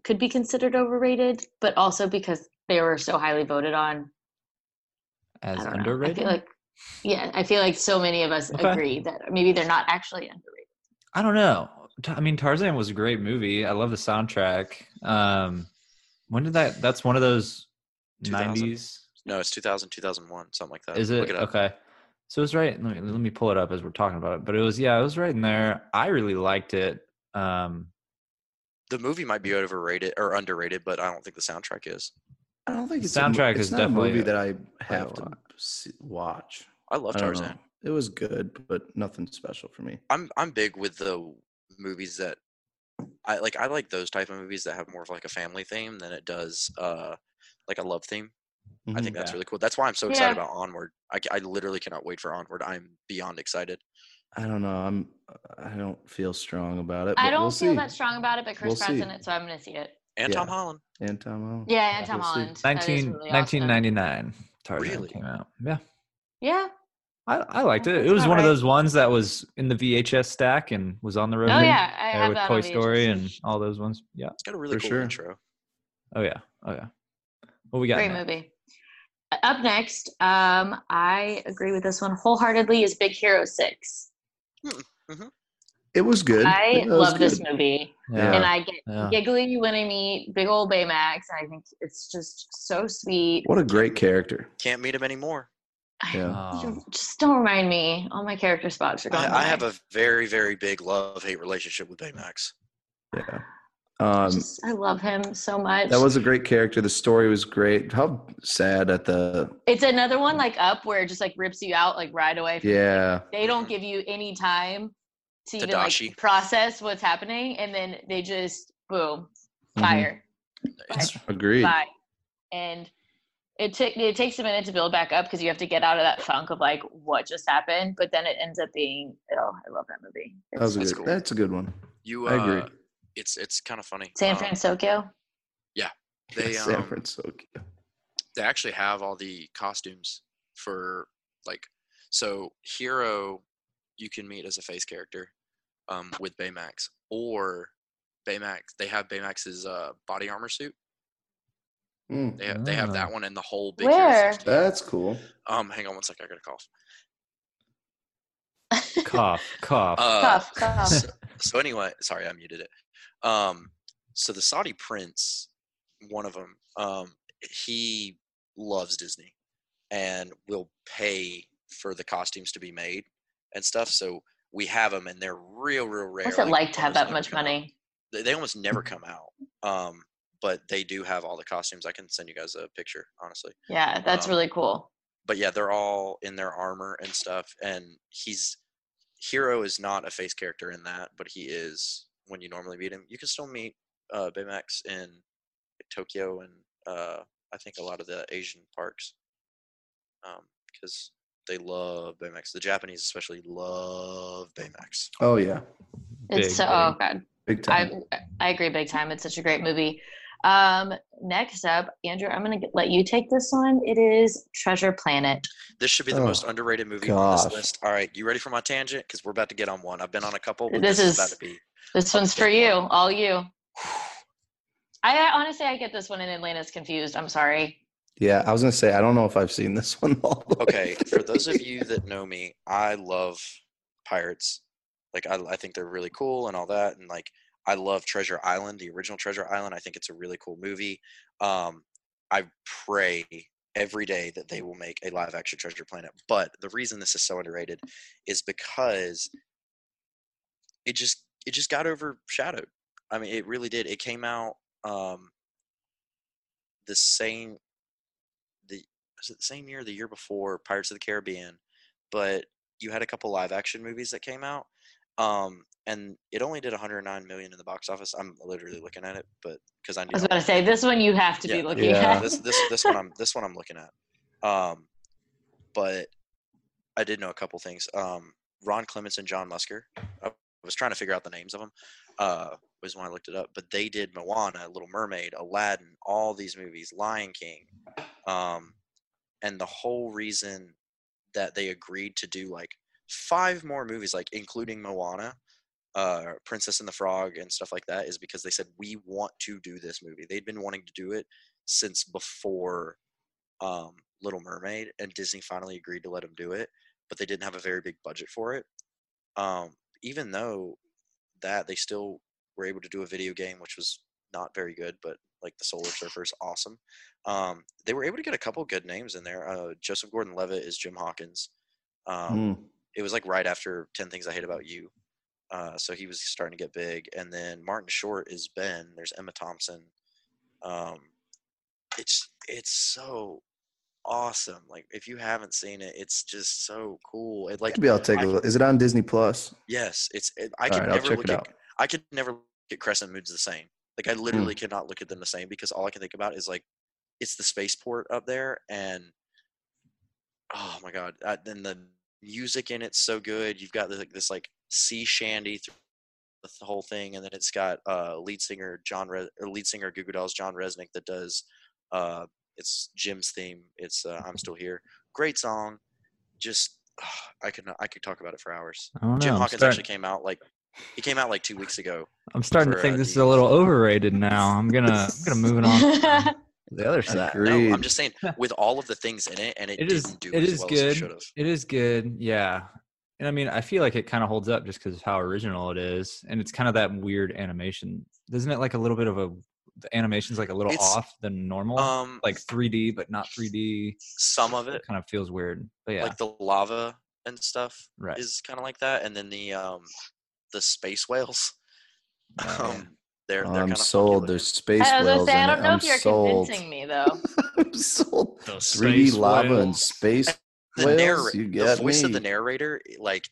could be considered overrated, but also because they were so highly voted on.
As
I don't
underrated?
know. I feel like yeah, I feel like so many of us
Okay.
agree that maybe they're not actually underrated.
I don't know. Ta- I mean, Tarzan was a great movie. I love the soundtrack. Um, when did that? That's one of those
2000.
nineties.
no, it's 2000, 2001, something like that.
Is
Uh, Look
it,
it up.
okay? So it was right. Let me let me pull it up as we're talking about it. But it was yeah, it was right in there. I really liked it. Um,
The movie might be overrated or underrated, but I don't think the soundtrack is.
I don't think it's
Soundtrack
a, mo- it's
is
not a
definitely
movie that I have
a
to
lot.
see, watch.
I love
I don't know.
Tarzan.
It was good, but nothing special for me.
I'm I'm big with the movies that I like. I like those type of movies that have more of like a family theme than it does uh like a love theme. I
Mhm.
think that's
Yeah.
really cool. That's why I'm so excited
Yeah.
about Onward. I, c- I literally cannot wait for Onward. I'm beyond excited.
Mm-hmm. I don't know. I'm. I don't feel strong about it.
I
but
don't
we'll
feel
see.
that strong about it, but Chris
We'll
Pratt's in
see.
it, so I'm gonna see it.
And Tom
Yeah.
Holland.
And Tom Holland.
Yeah, and Tom
we'll see.
Holland. That is
19,
really awesome.
1999 Tarzan
Really?
came out. Yeah,
Yeah. Oh,
I, I liked it. It was
All
one of
right.
those ones that was in the VHS stack and was on the road.
Oh, yeah, I
there
have
with
that
Toy
on
Story
VHS.
and all those ones. Yeah.
It's got a really
For
cool
sure.
intro.
Oh yeah. Oh yeah. What we got?
Great
next?
movie. Uh, Up next, um, I agree with this one wholeheartedly. Is Big Hero Six?
It was good.
I
It was
love this
good.
movie,
Yeah.
and I get
Yeah.
giggly when I meet Big Old Baymax. I think it's just so sweet.
What a great character.
Can't meet him anymore.
Yeah.
Oh.
You just don't remind me. All my character spots are gone.
I, I have
away.
a very, very big love hate relationship with Baymax.
Yeah. Um,
Just- I love him so much.
that was a great character. The story was great. How sad at the
it's another one like Up, where it just like rips you out like right away. From,
yeah.
They don't give you any time to even
Tadashi.
like process what's happening, and then they just boom,
Mhm.
fire,
It's-
Agreed.
bye, and it took it takes a minute to build back up because you have to get out of that funk of like what just happened, but then it ends up being oh, I love that movie.
That was a
That's
good.
cool.
That's a good one.
You, uh,
I agree.
It's it's kind of funny.
San
Um,
Francisco.
(laughs)
They,
San
um,
Francisco.
they actually have all the costumes for like so hero you can meet as a face character um, with baymax or baymax they have baymax's uh, body armor suit
Mm,
they have, they have that
Ah.
one and the whole big Hero
Where?
Six team.
that's cool.
um hang on one sec i gotta cough
Cough. Cough.
uh,
Tough, tough.
so, so anyway sorry i muted it um so the saudi prince one of them um he loves disney and will pay for the costumes to be made and stuff so we have them and they're real real rare
What's it like to have
almost
that much
never come out.
money?
they, they almost never come out um but they do have all the costumes i can send you guys a picture honestly
Yeah, that's
Um,
really cool.
but yeah, they're all in their armor and stuff. And he's Hero is not a face character in that, but he is when you normally meet him. You can still meet uh, Baymax in Tokyo and uh, I think a lot of the Asian parks because they love Baymax. The Japanese especially love Baymax.
Oh yeah,
Big,
It's so
uh,
oh god,
big time.
I I agree big time. It's such a great movie. Um, next up, Andrew, I'm gonna let you take this one. It is Treasure Planet.
This should be the
Oh,
most underrated movie on
gosh.
this list. All right, you ready for my tangent? Because we're about to get on one. I've been on a couple. But
This
this, is
is-
about to be.
This
Oh,
one's for
big
you,
one.
all you. I, I honestly I get this one in Atlanta's confused. I'm sorry.
Yeah, I was gonna say I don't know if I've seen this (laughs) one. All the way
okay for
through.
those of you that know me i love pirates like I, I think they're really cool and all that and like i love treasure island the original treasure island i think it's a really cool movie um, i pray every day that they will make a live action treasure planet but the reason this is so underrated is because it just it just got overshadowed i mean it really did it came out um, the same the was it the same year or the year before Pirates of the Caribbean, but you had a couple live action movies that came out. Um, and it only did 109 million in the box office. I'm literally looking at it, but because I knew
I was
I
about to
wanted-
say this one you have to
Yeah.
be looking
Yeah.
at.
this this this one I'm this one I'm looking at. Um, but I did know a couple things. Um, Ron Clements and John Musker. I was trying to figure out the names of them. Uh, was when I looked it up. But they did Moana, Little Mermaid, Aladdin, all these movies, Lion King. Um, and the whole reason that they agreed to do like five more movies, like including Moana, uh, Princess and the Frog, and stuff like that, is because they said we want to do this movie. They'd been wanting to do it since before um, Little Mermaid, and Disney finally agreed to let them do it, but they didn't have a very big budget for it. Um, even though that, they still were able to do a video game, which was not very good, but like the Solar Surfer is awesome. Um, they were able to get a couple good names in there. Uh, Joseph Gordon-Levitt is Jim Hawkins. Um,
Mm.
It was like right after Ten Things I Hate About You, uh, so he was starting to get big. And then Martin Short is Ben. There's Emma Thompson. Um, it's it's so awesome. Like if you haven't seen it, it's just so cool. It like
Maybe I'll take a look. Is it on Disney Plus?
yes, it's it, I
All
can
right, I'll
never
check
look
it
at
out.
I could never look at Crescent Moons the same. Like I literally cannot look at them the same because all I can think about is like it's the spaceport up there and oh my god, uh, then the music in it's so good. You've got this like, this, like sea shandy through the th- whole thing and then it's got uh lead singer John Re- or lead singer Goo Goo Dolls John Resnick that does uh it's Jim's theme. It's uh, I'm still here. Great song. Just I could not, I could talk about it for hours.
I don't
Jim
know, I'm
Hawkins
starting-
actually came out like he came out like two weeks ago.
I'm starting to
for,
think
uh,
this is a little overrated now. I'm gonna I'm
(laughs)
gonna
(laughs)
move it on to the other side.
No, I'm just saying with all of the things in it, and it,
It
didn't
is
do
it
as
is
well as it
good.
should have.
It is good. Yeah. And I mean, I feel like it kind of holds up just because of how original it is, and it's kind of that weird animation, isn't it? Like a little bit of a the animation's like a little
It's-
off than normal,
um,
like 3D but not 3D.
Some of it,
kind of feels weird, but yeah,
like the lava and stuff,
Right.
is kind of like that, and then the um the space whales. (laughs) um, they're they're
Oh, I'm
kind of
sold. There's space
I was gonna
whales.
say, I
in it.
don't know
I'm
if you're
sold.
convincing me though.
(laughs) I'm sold.
The
3D
space
lava
whale.
and space
(laughs) the
whales. You
narrator, the
got
voice
me.
of the narrator, like.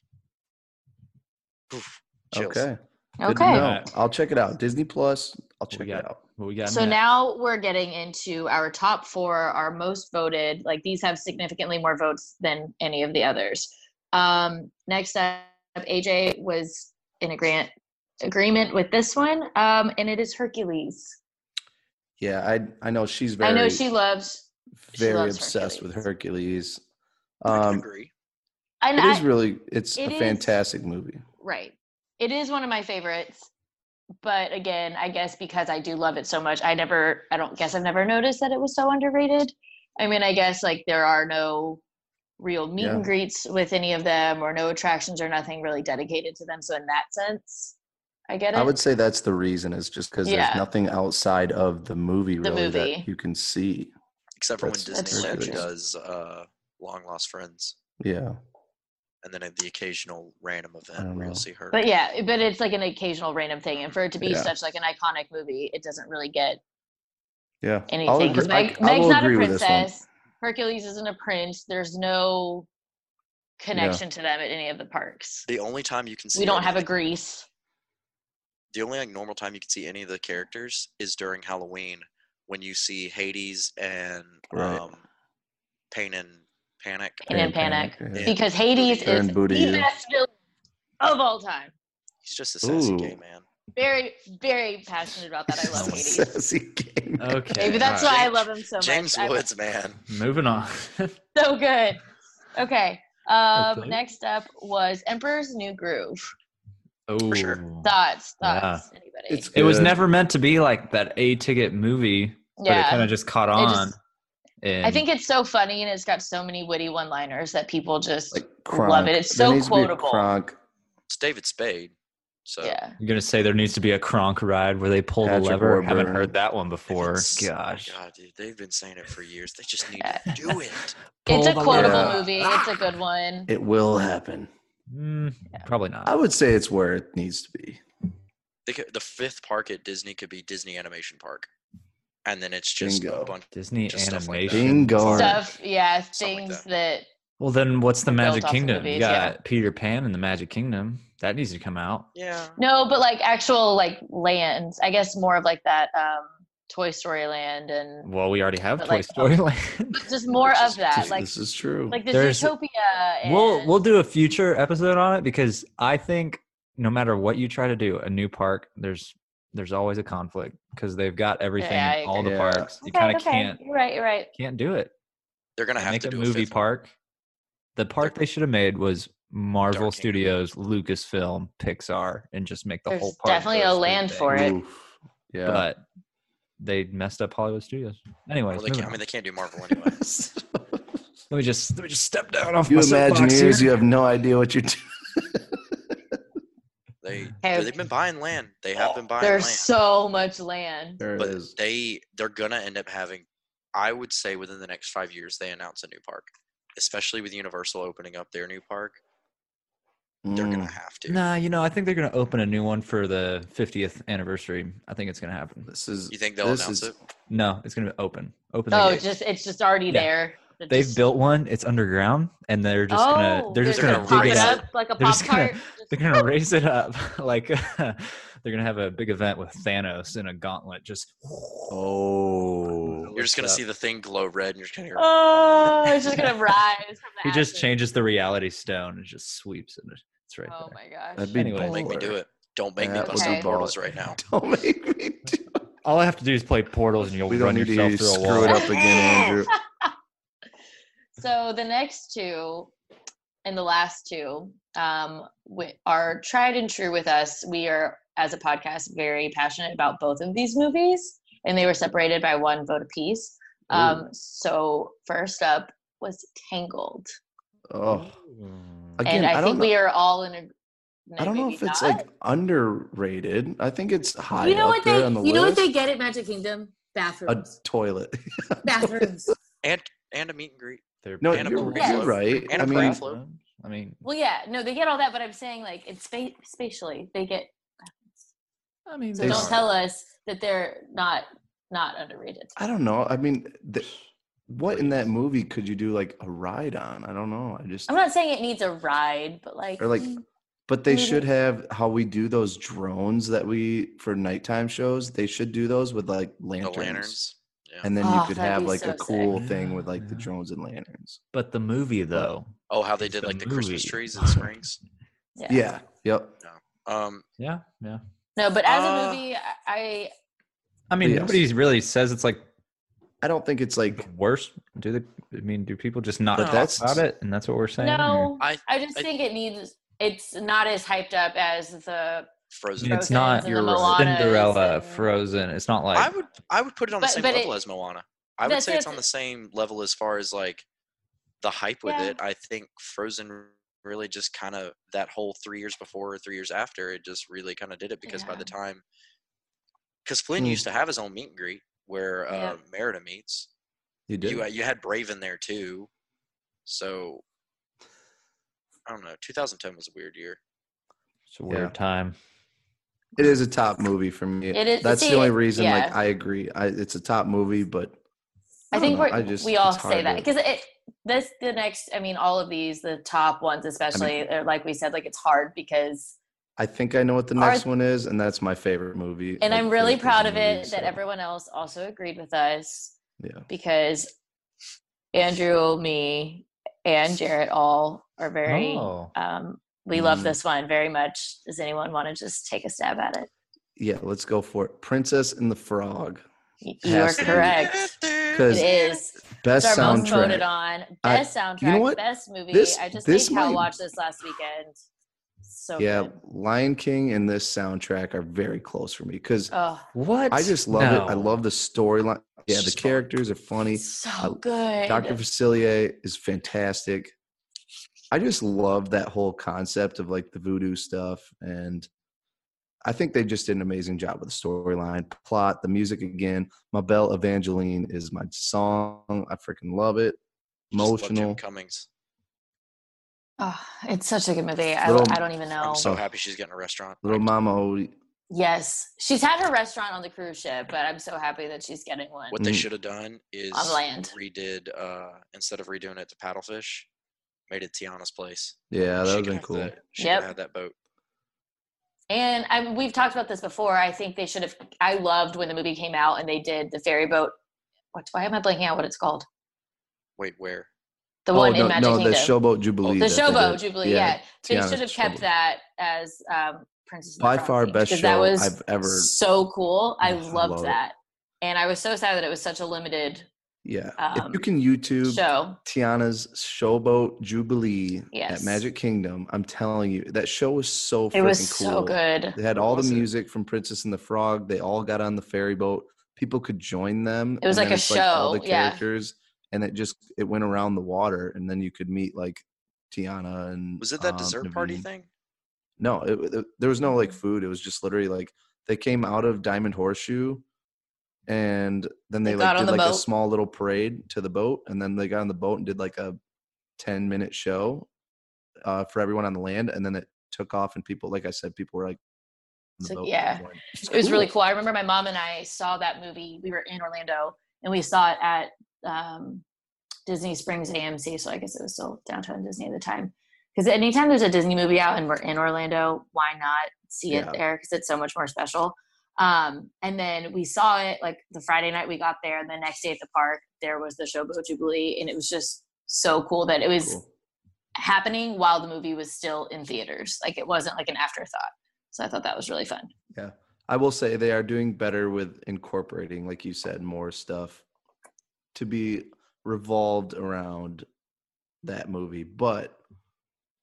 oof, chills.
okay. Good to
Okay.
know. I'll check it out. Disney Plus. I'll check
we
it
got?
out.
What we got?
So
next?
now we're getting into our top four, our most voted. Like these have significantly more votes than any of the others. Um, next up, AJ was in a grant agreement with this one, um, and it is Hercules.
Yeah, I I know she's very
I know she loves. she
very
loves
obsessed with Hercules.
I can
Um,
agree.
And
it is
I-
really it's
it
a
is-
fantastic movie.
Right. It is one of my favorites. But again, I guess because I do love it so much, I never, I don't guess I've never noticed that it was so underrated. I mean, I guess like there are no real meet
Yeah.
and greets with any of them or no attractions or nothing really dedicated to them. So in that sense, I get it.
I would say that's the reason is just because
Yeah.
there's nothing outside of the movie
The
really
movie.
that you can see.
Except for when
That's-
Disney
That's so
really
true.
does uh, long lost friends,
Yeah.
and then at the occasional random
don't
event where you'll
know.
see her.
but yeah, but it's like an occasional random thing. And for it to be
Yeah.
such like an iconic movie, it doesn't really get
Yeah. I'll
anything. Because
agree- I-
Meg,
I
Meg's
will
not a
agree with this one.
princess. Hercules isn't a prince. There's no connection to them at any of the parks.
the only time you can see
We don't
any
have
of
a Greece.
the only like normal time you can see any of the characters is during Halloween when you see Hades and
Right.
um, Pain and Panic.
And in panic.
yeah.
Yeah.
Because Hades
They're
is
in booty you.
the best villain of all time.
He's just a sassy
Ooh.
gay man.
Very, very passionate
(laughs)
about that. I love Hades.
Sassy game.
okay,
Maybe that's
all
why
right.
I love him so
James
much. I-
Woods, man.
Moving on. (laughs)
so good. Okay. Um,
Okay.
Next up was Emperor's New Groove.
oh,
sure.
Thoughts?
Yeah.
Thoughts? Anybody?
It's
it was
good.
never meant to be like that A ticket movie, but it kind of just caught
It
on.
just-
and
I think it's so funny and it's got so many witty one-liners that people just
like Kronk.
love it. It's
There
so
needs to be a
quotable.
Kronk,
It's David Spade. So
yeah.
I'm gonna say there needs to be a Kronk ride where they pull
Patrick
the lever. I haven't
Warburton.
heard that one
they've been
before.
s-
Gosh,
God, dude, they've been saying it for years. They just need to do
(laughs)
it.
It's
Pull
a
the
quotable
lever.
movie. It's a good one.
it will happen.
Mm, probably not.
I would say it's where it needs to be.
They could, the fifth park at Disney could be Disney Animation Park, and then it's just
Bingo.
a bunch.
Disney
Just stuff like that.
animation.
Bingo.
Stuff, yeah,
Stuff like
things
that.
that.
well, then what's the
Built
Magic
off of
Kingdom?
movies,
you got Peter Pan and the Magic Kingdom. That needs to come out.
Yeah.
No, but like actual like lands. I guess more of like that um Toy Story Land and
Well, we already have
But,
Toy
like, (laughs)
Story Land.
just more
This
of
is-
that.
This-
Like
this is true.
like this
There's-
utopia. And
we'll we'll do a future episode on it because I think no matter what you try to do, a new park, there's there's always a conflict because they've got everything
Yeah, I
in all the
agree.
parks. You
Okay,
kind of
okay.
can't
You're right. You're right.
can't do it.
They're gonna have
make
to
a
do
movie
a fifth one.
park. The park
Dark-
they should have made was Marvel
Dark Kingdom.
Studios, Lucasfilm, Pixar, and just make the
There's
whole park.
definitely
those
a
three
land
things.
for it.
Oof. Yeah.
But they messed up Hollywood Studios. Anyways,
Well, they
moving
can't, I
on.
mean, they can't do Marvel anyway.
(laughs) let me just let me just step down off
you
my soapbox
Imagineers,
here.
you have no idea what you're doing.
(laughs) They
Hey.
they've been buying land. They have been buying
There's
land.
so much land.
There it
but
is.
they they're gonna end up having I would say within the next five years they announce a new park. Especially with Universal opening up their new park. They're gonna
Mm.
have to.
Nah, you know, I think they're gonna open a new one for the 50th anniversary. I think it's gonna happen.
This is.
You think they'll
this
announce
is-
it?
No, it's gonna be open. Open. the
Oh,
gates.
just it's just already
Yeah.
there. It
they've
just- Oh,
built one. It's underground, and they're just gonna they're just
they're
gonna,
gonna
pop
dig
it
it
up like a
They're
pop
just gonna-
tart.
They're gonna raise it up (laughs) like they're gonna have a big event with Thanos in a gauntlet. Just (laughs)
Oh.
You're just gonna
What's
see the thing glow red and you're just gonna hear
Oh, it's
(laughs)
just gonna rise from the
he just
ashes.
changes the reality stone and just sweeps it. It's right
Oh
there.
my gosh.
That'd be
Anyways.
Don't make me do
baller.
it. Don't make
That
me
would
bust
be
Okay.
out portals
baller.
right now.
(laughs) Don't make me do it.
All I have to do is play portals, and you'll
We
run
don't need
yourself
to
through a (laughs)
screw
(laughs)
wall.
it up again, Andrew.
So the next two and the last two um, wi- are tried and true with us. We are, as a podcast, very passionate about both of these movies, and they were separated by one vote apiece. Um, so first up was Tangled,
Oh, again,
and I,
I, don't.
think
Know,
we are all in a. no,
I don't know
maybe
if it's
not.
like underrated. I think it's high
you know
up
what
there
they
on the
you know what
list.
they get at Magic Kingdom?
a
Bathrooms.
(laughs) toilet.
Bathrooms.
and and a meet and greet.
They're
No,
And a
you're,
parade
Yes.
you're
float.
right.
And
I
a
mean,
parade float.
I mean,
Well, yeah, no, they get all that, but I'm saying like in space spatially, they get.
I mean,
So
They
don't
are.
tell us that they're not not underrated.
I don't know. I mean, th- what in that movie could you do like a ride on? I don't know. I just
I'm not saying it needs a ride, but like,
or like,
mm,
but they
maybe.
should have how we do those drones that we for nighttime shows. They should do those with like
The
lanterns,
lanterns. Yeah. Mm-hmm.
and then
Oh,
you could
that'd
have
be
like
so
a
sick.
cool thing with like the
Yeah.
drones and lanterns.
but the movie though.
oh, how they did
the
like the Christmas
movie.
(laughs)
trees and springs.
yeah.
Yeah. Yep.
Um,
Yeah, yeah.
No, but as
Uh,
a movie, I- I
I mean,
Yes.
nobody really says it's like
I don't think it's like
the worst. Do they? I mean, do people just not
But
talk
that's-
about it? And that's what we're saying. or-
no, I,
I-
just
I-
think it needs. It's not as hyped up as the,
Frozen.
it's
Frozen's
not
and
your
the Moanas
Cinderella,
and-
Frozen. It's not like
I would I would put it on the
But-
same
but
level
it-
as Moana. I would
That's-
say it's on the
that's-
same level as far as like the hype with
Yeah.
it. I think Frozen really just kind of that whole three years before or three years after it just really kind of did it because by
Yeah.
the time because Flynn
Hmm.
used to have his own meet and greet where
Yeah.
uh, Merida meets.
you did.
You uh, you had Brave in there too, so I don't know. 2010 was a weird year.
it's a
Yeah.
weird time.
It is a top movie for me.
It is-
That's
see,
the only reason. Like
yeah.
I agree. I, it's a top movie, but
I,
don't
think
know,
we're,
I just-
we all
it's
say
hard
that
to-
because it this the next. I mean, all of these, the top ones especially, they're like we said, like it's hard because.
I think I know what the
Are-
next one is, and that's my favorite movie.
And
like,
I'm really
favorite
proud of
Disney movie,
it that
so,
everyone else also agreed with us.
Yeah.
because Andrew, me, and Jarrett all are very.
Oh.
Um, we love
Mm.
this one very much. Does anyone want to just take a stab at it?
Yeah, let's go for it. Princess and the Frog.
Y- You are
Has to be.
correct.
Because
It is.
best
It's our most voted
soundtrack.
on.
I-
Best soundtrack.
you know what?
Best movie.
This-
I just
this
made Cal
might-
watch this last weekend. So
Yeah,
good.
Lion King and this soundtrack are very close for me because
Oh,
What?
I just love it. I love the storyline. Yeah, the
Just fun.
characters are funny.
so
I-
good.
Dr. Facilier is fantastic. I just love that whole concept of like the voodoo stuff. And I think they just did an amazing job with the storyline, plot, the music again. My Belle Evangeline is my song. I freaking love it.
Just love Jim
Emotional.
Cummings.
oh, it's such a good movie. I,
Little-
I don't even know.
I'm so
Oh.
happy she's getting a restaurant.
Little Mama O-
yes, she's had her restaurant on the cruise ship, but I'm so happy that she's getting one.
What they
Mm.
should have done is
On land.
redid uh, instead of redoing it to paddlefish, made it Tiana's place.
Yeah, that would
She
have
could
been
have
cool.
that- she could
Yep.
have had that boat.
And I, we've talked about this before. I think they should have. I loved when the movie came out and they did the ferry boat. What? Why am I blanking out? What it's called?
Wait, where?
The
Oh,
one
no,
in Magic
no,
Kingdom.
Oh, the Showboat Jubilee.
The
that they
Showboat
did.
Jubilee. Yeah, they
Tiana's
should have kept
Showboat.
that as um, Princess. and the
By
Frog
far
themed,
best
'cause
show
that was
I've ever.
so cool. I
Oh, I
loved
love it.
that, and I was so sad that it was such a limited
Yeah. if you
um,
can YouTube
show.
Tiana's Showboat Jubilee
Yes.
at Magic Kingdom. I'm telling you, that show was so
It
freaking
was
cool.
so good.
They had all the
was it?
music from Princess and the Frog. They all got on the ferry boat. People could join them.
It was
and
like
then
a
it's, all
show,
the
yeah.
characters, and it just it went around the water, and then you could meet like Tiana and
Was it that
um,
dessert party
Naveen.
thing?
No, it, it- there was no like
Mhm.
food. It was just literally like they came out of Diamond Horseshoe, and then
They
they
got
like
on
did
the
like a
boat.
small little parade to the boat, and then they got on the boat and did like a ten minute show uh, for everyone on the land, and then it took off, and people, like I said, people were like, on the
So,
boat
yeah.
going.
It was really cool. I remember my mom and I saw that movie. We were in Orlando and we saw it at um, Disney Springs AMC. So I guess it was still downtown Disney at the time. Because anytime there's a Disney movie out and we're in Orlando, why not see
Yeah.
it there? Because it's so much more special. Um, and then we saw it like the Friday night we got there, and the next day at the park, there was the Showboat Jubilee. And it was just so cool that it was
Cool.
happening while the movie was still in theaters. Like it wasn't like an afterthought. So I thought that was really fun.
I will say they are doing better with incorporating, like you said, more stuff to be revolved around that movie. But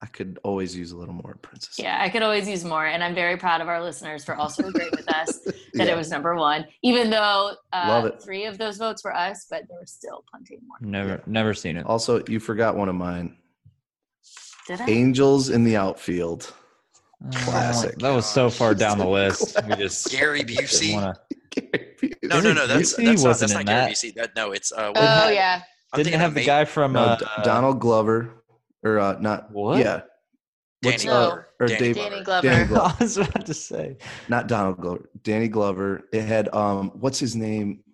I could always use a little more princess.
Yeah, I could always use more, and I'm very proud of our listeners for also
(laughs)
agreeing with us that
Yeah.
it was number one, even though
Love
uh,
it.
three of those votes were us, but there were still plenty more.
Never, never seen it.
Also, you forgot one of mine.
Did I?
Angels in the outfield. (laughs)
Classic. Oh, that was so far down
(laughs)
the list. We just
Gary
didn't
Busey?
wanna-
No, no, no. That's
Busey
that's not,
wasn't
that's not
in
Gary
that.
Busey. That no, it's
Oh
uh. what-
yeah,
I'm
Didn't
thinking
have
of
the
Ma-
guy from
No,
uh,
D- Donald Glover, or uh, not?
What?
Yeah,
Danny
No.
Glover.
or
Danny
Dave-
Danny
Glover.
Glover.
Danny Glover.
(laughs) I was about to say.
not Donald Glover. Danny Glover. It had um, what's his name?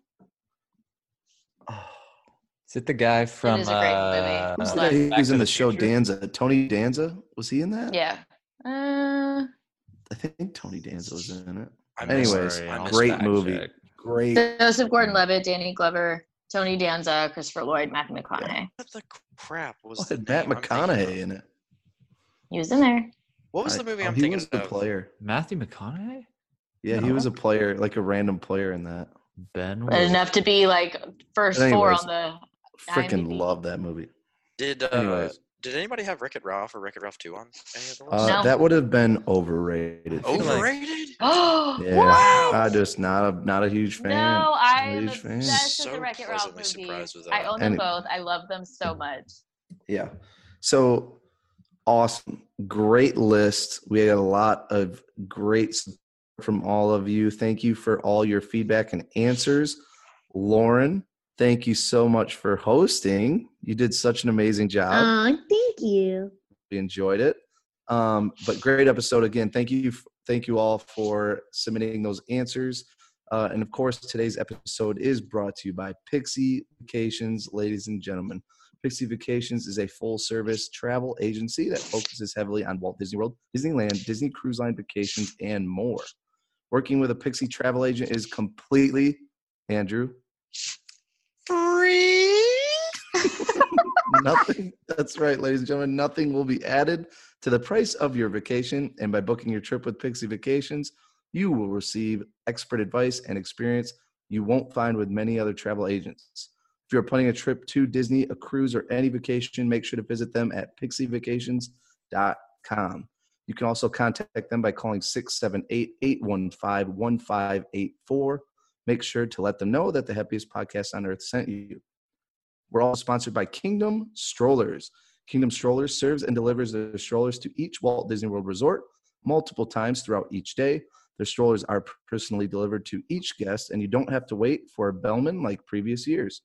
Is it the guy from?
is a great movie.
uh,
Who's the
Back
guy who
Back
was
to
in the, show
Future?
Danza? Tony Danza was he in that?
Yeah. Uh,
I think Tony Danza was in it.
I missed-
Anyways,
I
uh,
missed
great
that.
movie.
check.
Great.
Joseph Gordon-Levitt, Danny Glover, Tony Danza, Christopher Lloyd, Matthew McConaughey.
What the crap was
What
the
had Matt
name I'm thinking of?
McConaughey in it?
He was in there.
What was
I-
the movie
oh,
I'm
he
thinking
was the
of?
player.
Matthew McConaughey.
Yeah, he was a player, like a random player in that.
Ben.
But
Wheeler.
enough to be like first
But
four
anyways.
on the.
Freaking
IMDb.
love that movie.
Did uh,
Anyways.
did anybody have Wreck It Ralph or Wreck It Ralph Two on any of the
Uh,
lists?
No.
That would have been overrated.
feel like-
Overrated.
Oh
(gasps) Yeah, I just not a not a huge fan.
No,
Not a
I am
huge fan.
obsessed with
So
the Wreck-It Ralph
pleasantly surprised
movies.
with
I
that.
own them
Any-
both. I love them so much.
Yeah. So awesome. Great list. We had a lot of great support from all of you. Thank you for all your feedback and answers. Lauren, thank you so much for hosting. You did such an amazing job.
thank you.
we enjoyed it. Um, but great episode again. Thank you, thank you all for submitting those answers. Uh, and of course, today's episode is brought to you by Pixie Vacations, ladies and gentlemen. Pixie Vacations is a full service travel agency that focuses heavily on Walt Disney World, Disneyland, Disney Cruise Line vacations, and more. Working with a Pixie travel agent is completely, Andrew, nothing. (laughs) That's right, ladies and gentlemen. Nothing will be added to the price of your vacation. And by booking your trip with Pixie Vacations, you will receive expert advice and experience you won't find with many other travel agents. If you're planning a trip to Disney, a cruise, or any vacation, make sure to visit them at pixievacations.com. You can also contact them by calling 678 815 1584. Make sure to let them know that the happiest podcast on earth sent you. We're all sponsored by Kingdom Strollers. Kingdom Strollers serves and delivers their strollers to each Walt Disney World resort multiple times throughout each day. Their strollers are personally delivered to each guest, and you don't have to wait for a bellman like previous years.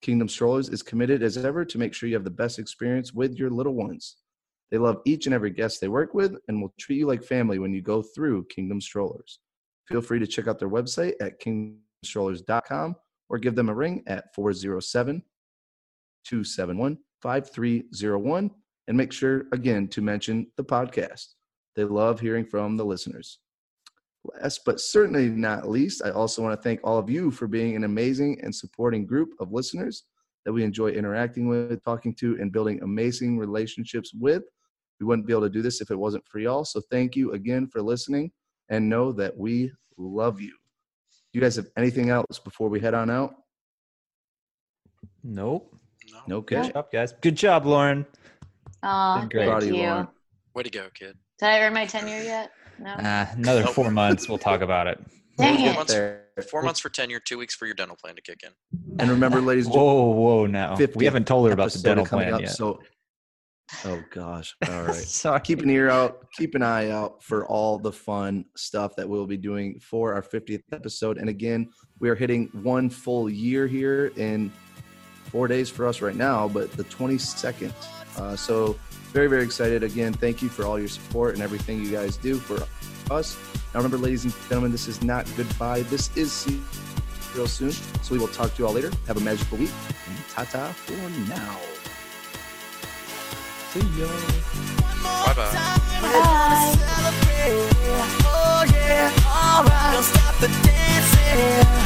Kingdom Strollers is committed as ever to make sure you have the best experience with your little ones. They love each and every guest they work with and will treat you like family when you go through Kingdom Strollers. Feel free to check out their website at kingdomstrollers.com or give them a ring at 407 271 5301 and make sure again to mention the podcast. They love hearing from the listeners. Last but certainly not least, I also want to thank all of you for being an amazing and supporting group of listeners that we enjoy interacting with, talking to, and building amazing relationships with. We wouldn't be able to do this if it wasn't for y'all. So thank you again for listening and know that we love you. You guys have anything else before we head on out?
Nope.
No.
No,
Good
okay.
job, guys. Good job, Lauren.
Oh,
Been great.
thank
Proud of you,
you.
Lauren.
Way to go, kid.
Did I earn my tenure yet? No.
Uh, another
Nope.
four months. We'll talk
(laughs)
about it.
Dang
Four
it.
months, four
We'll-
months for tenure, two weeks for your dental plan to kick in.
And remember, ladies and gentlemen,
Whoa, whoa, no. We
50th
haven't told her about the
episode
dental
coming
plan
up,
yet.
So, oh gosh, all right.
Sorry.
keep an ear out, keep an eye out for all the fun stuff that we'll be doing for our 50th episode. And again, we are hitting one full year here in four days for us right now, but the 22nd. Uh, so, very, very excited. Again, thank you for all your support and everything you guys do for us. Now, remember, ladies and gentlemen, this is not goodbye. This is see you real soon. So, we will talk to you all later. Have a magical week. And ta ta for now.
Bye bye.
Bye. Oh yeah, alright. Don't stop the dancing.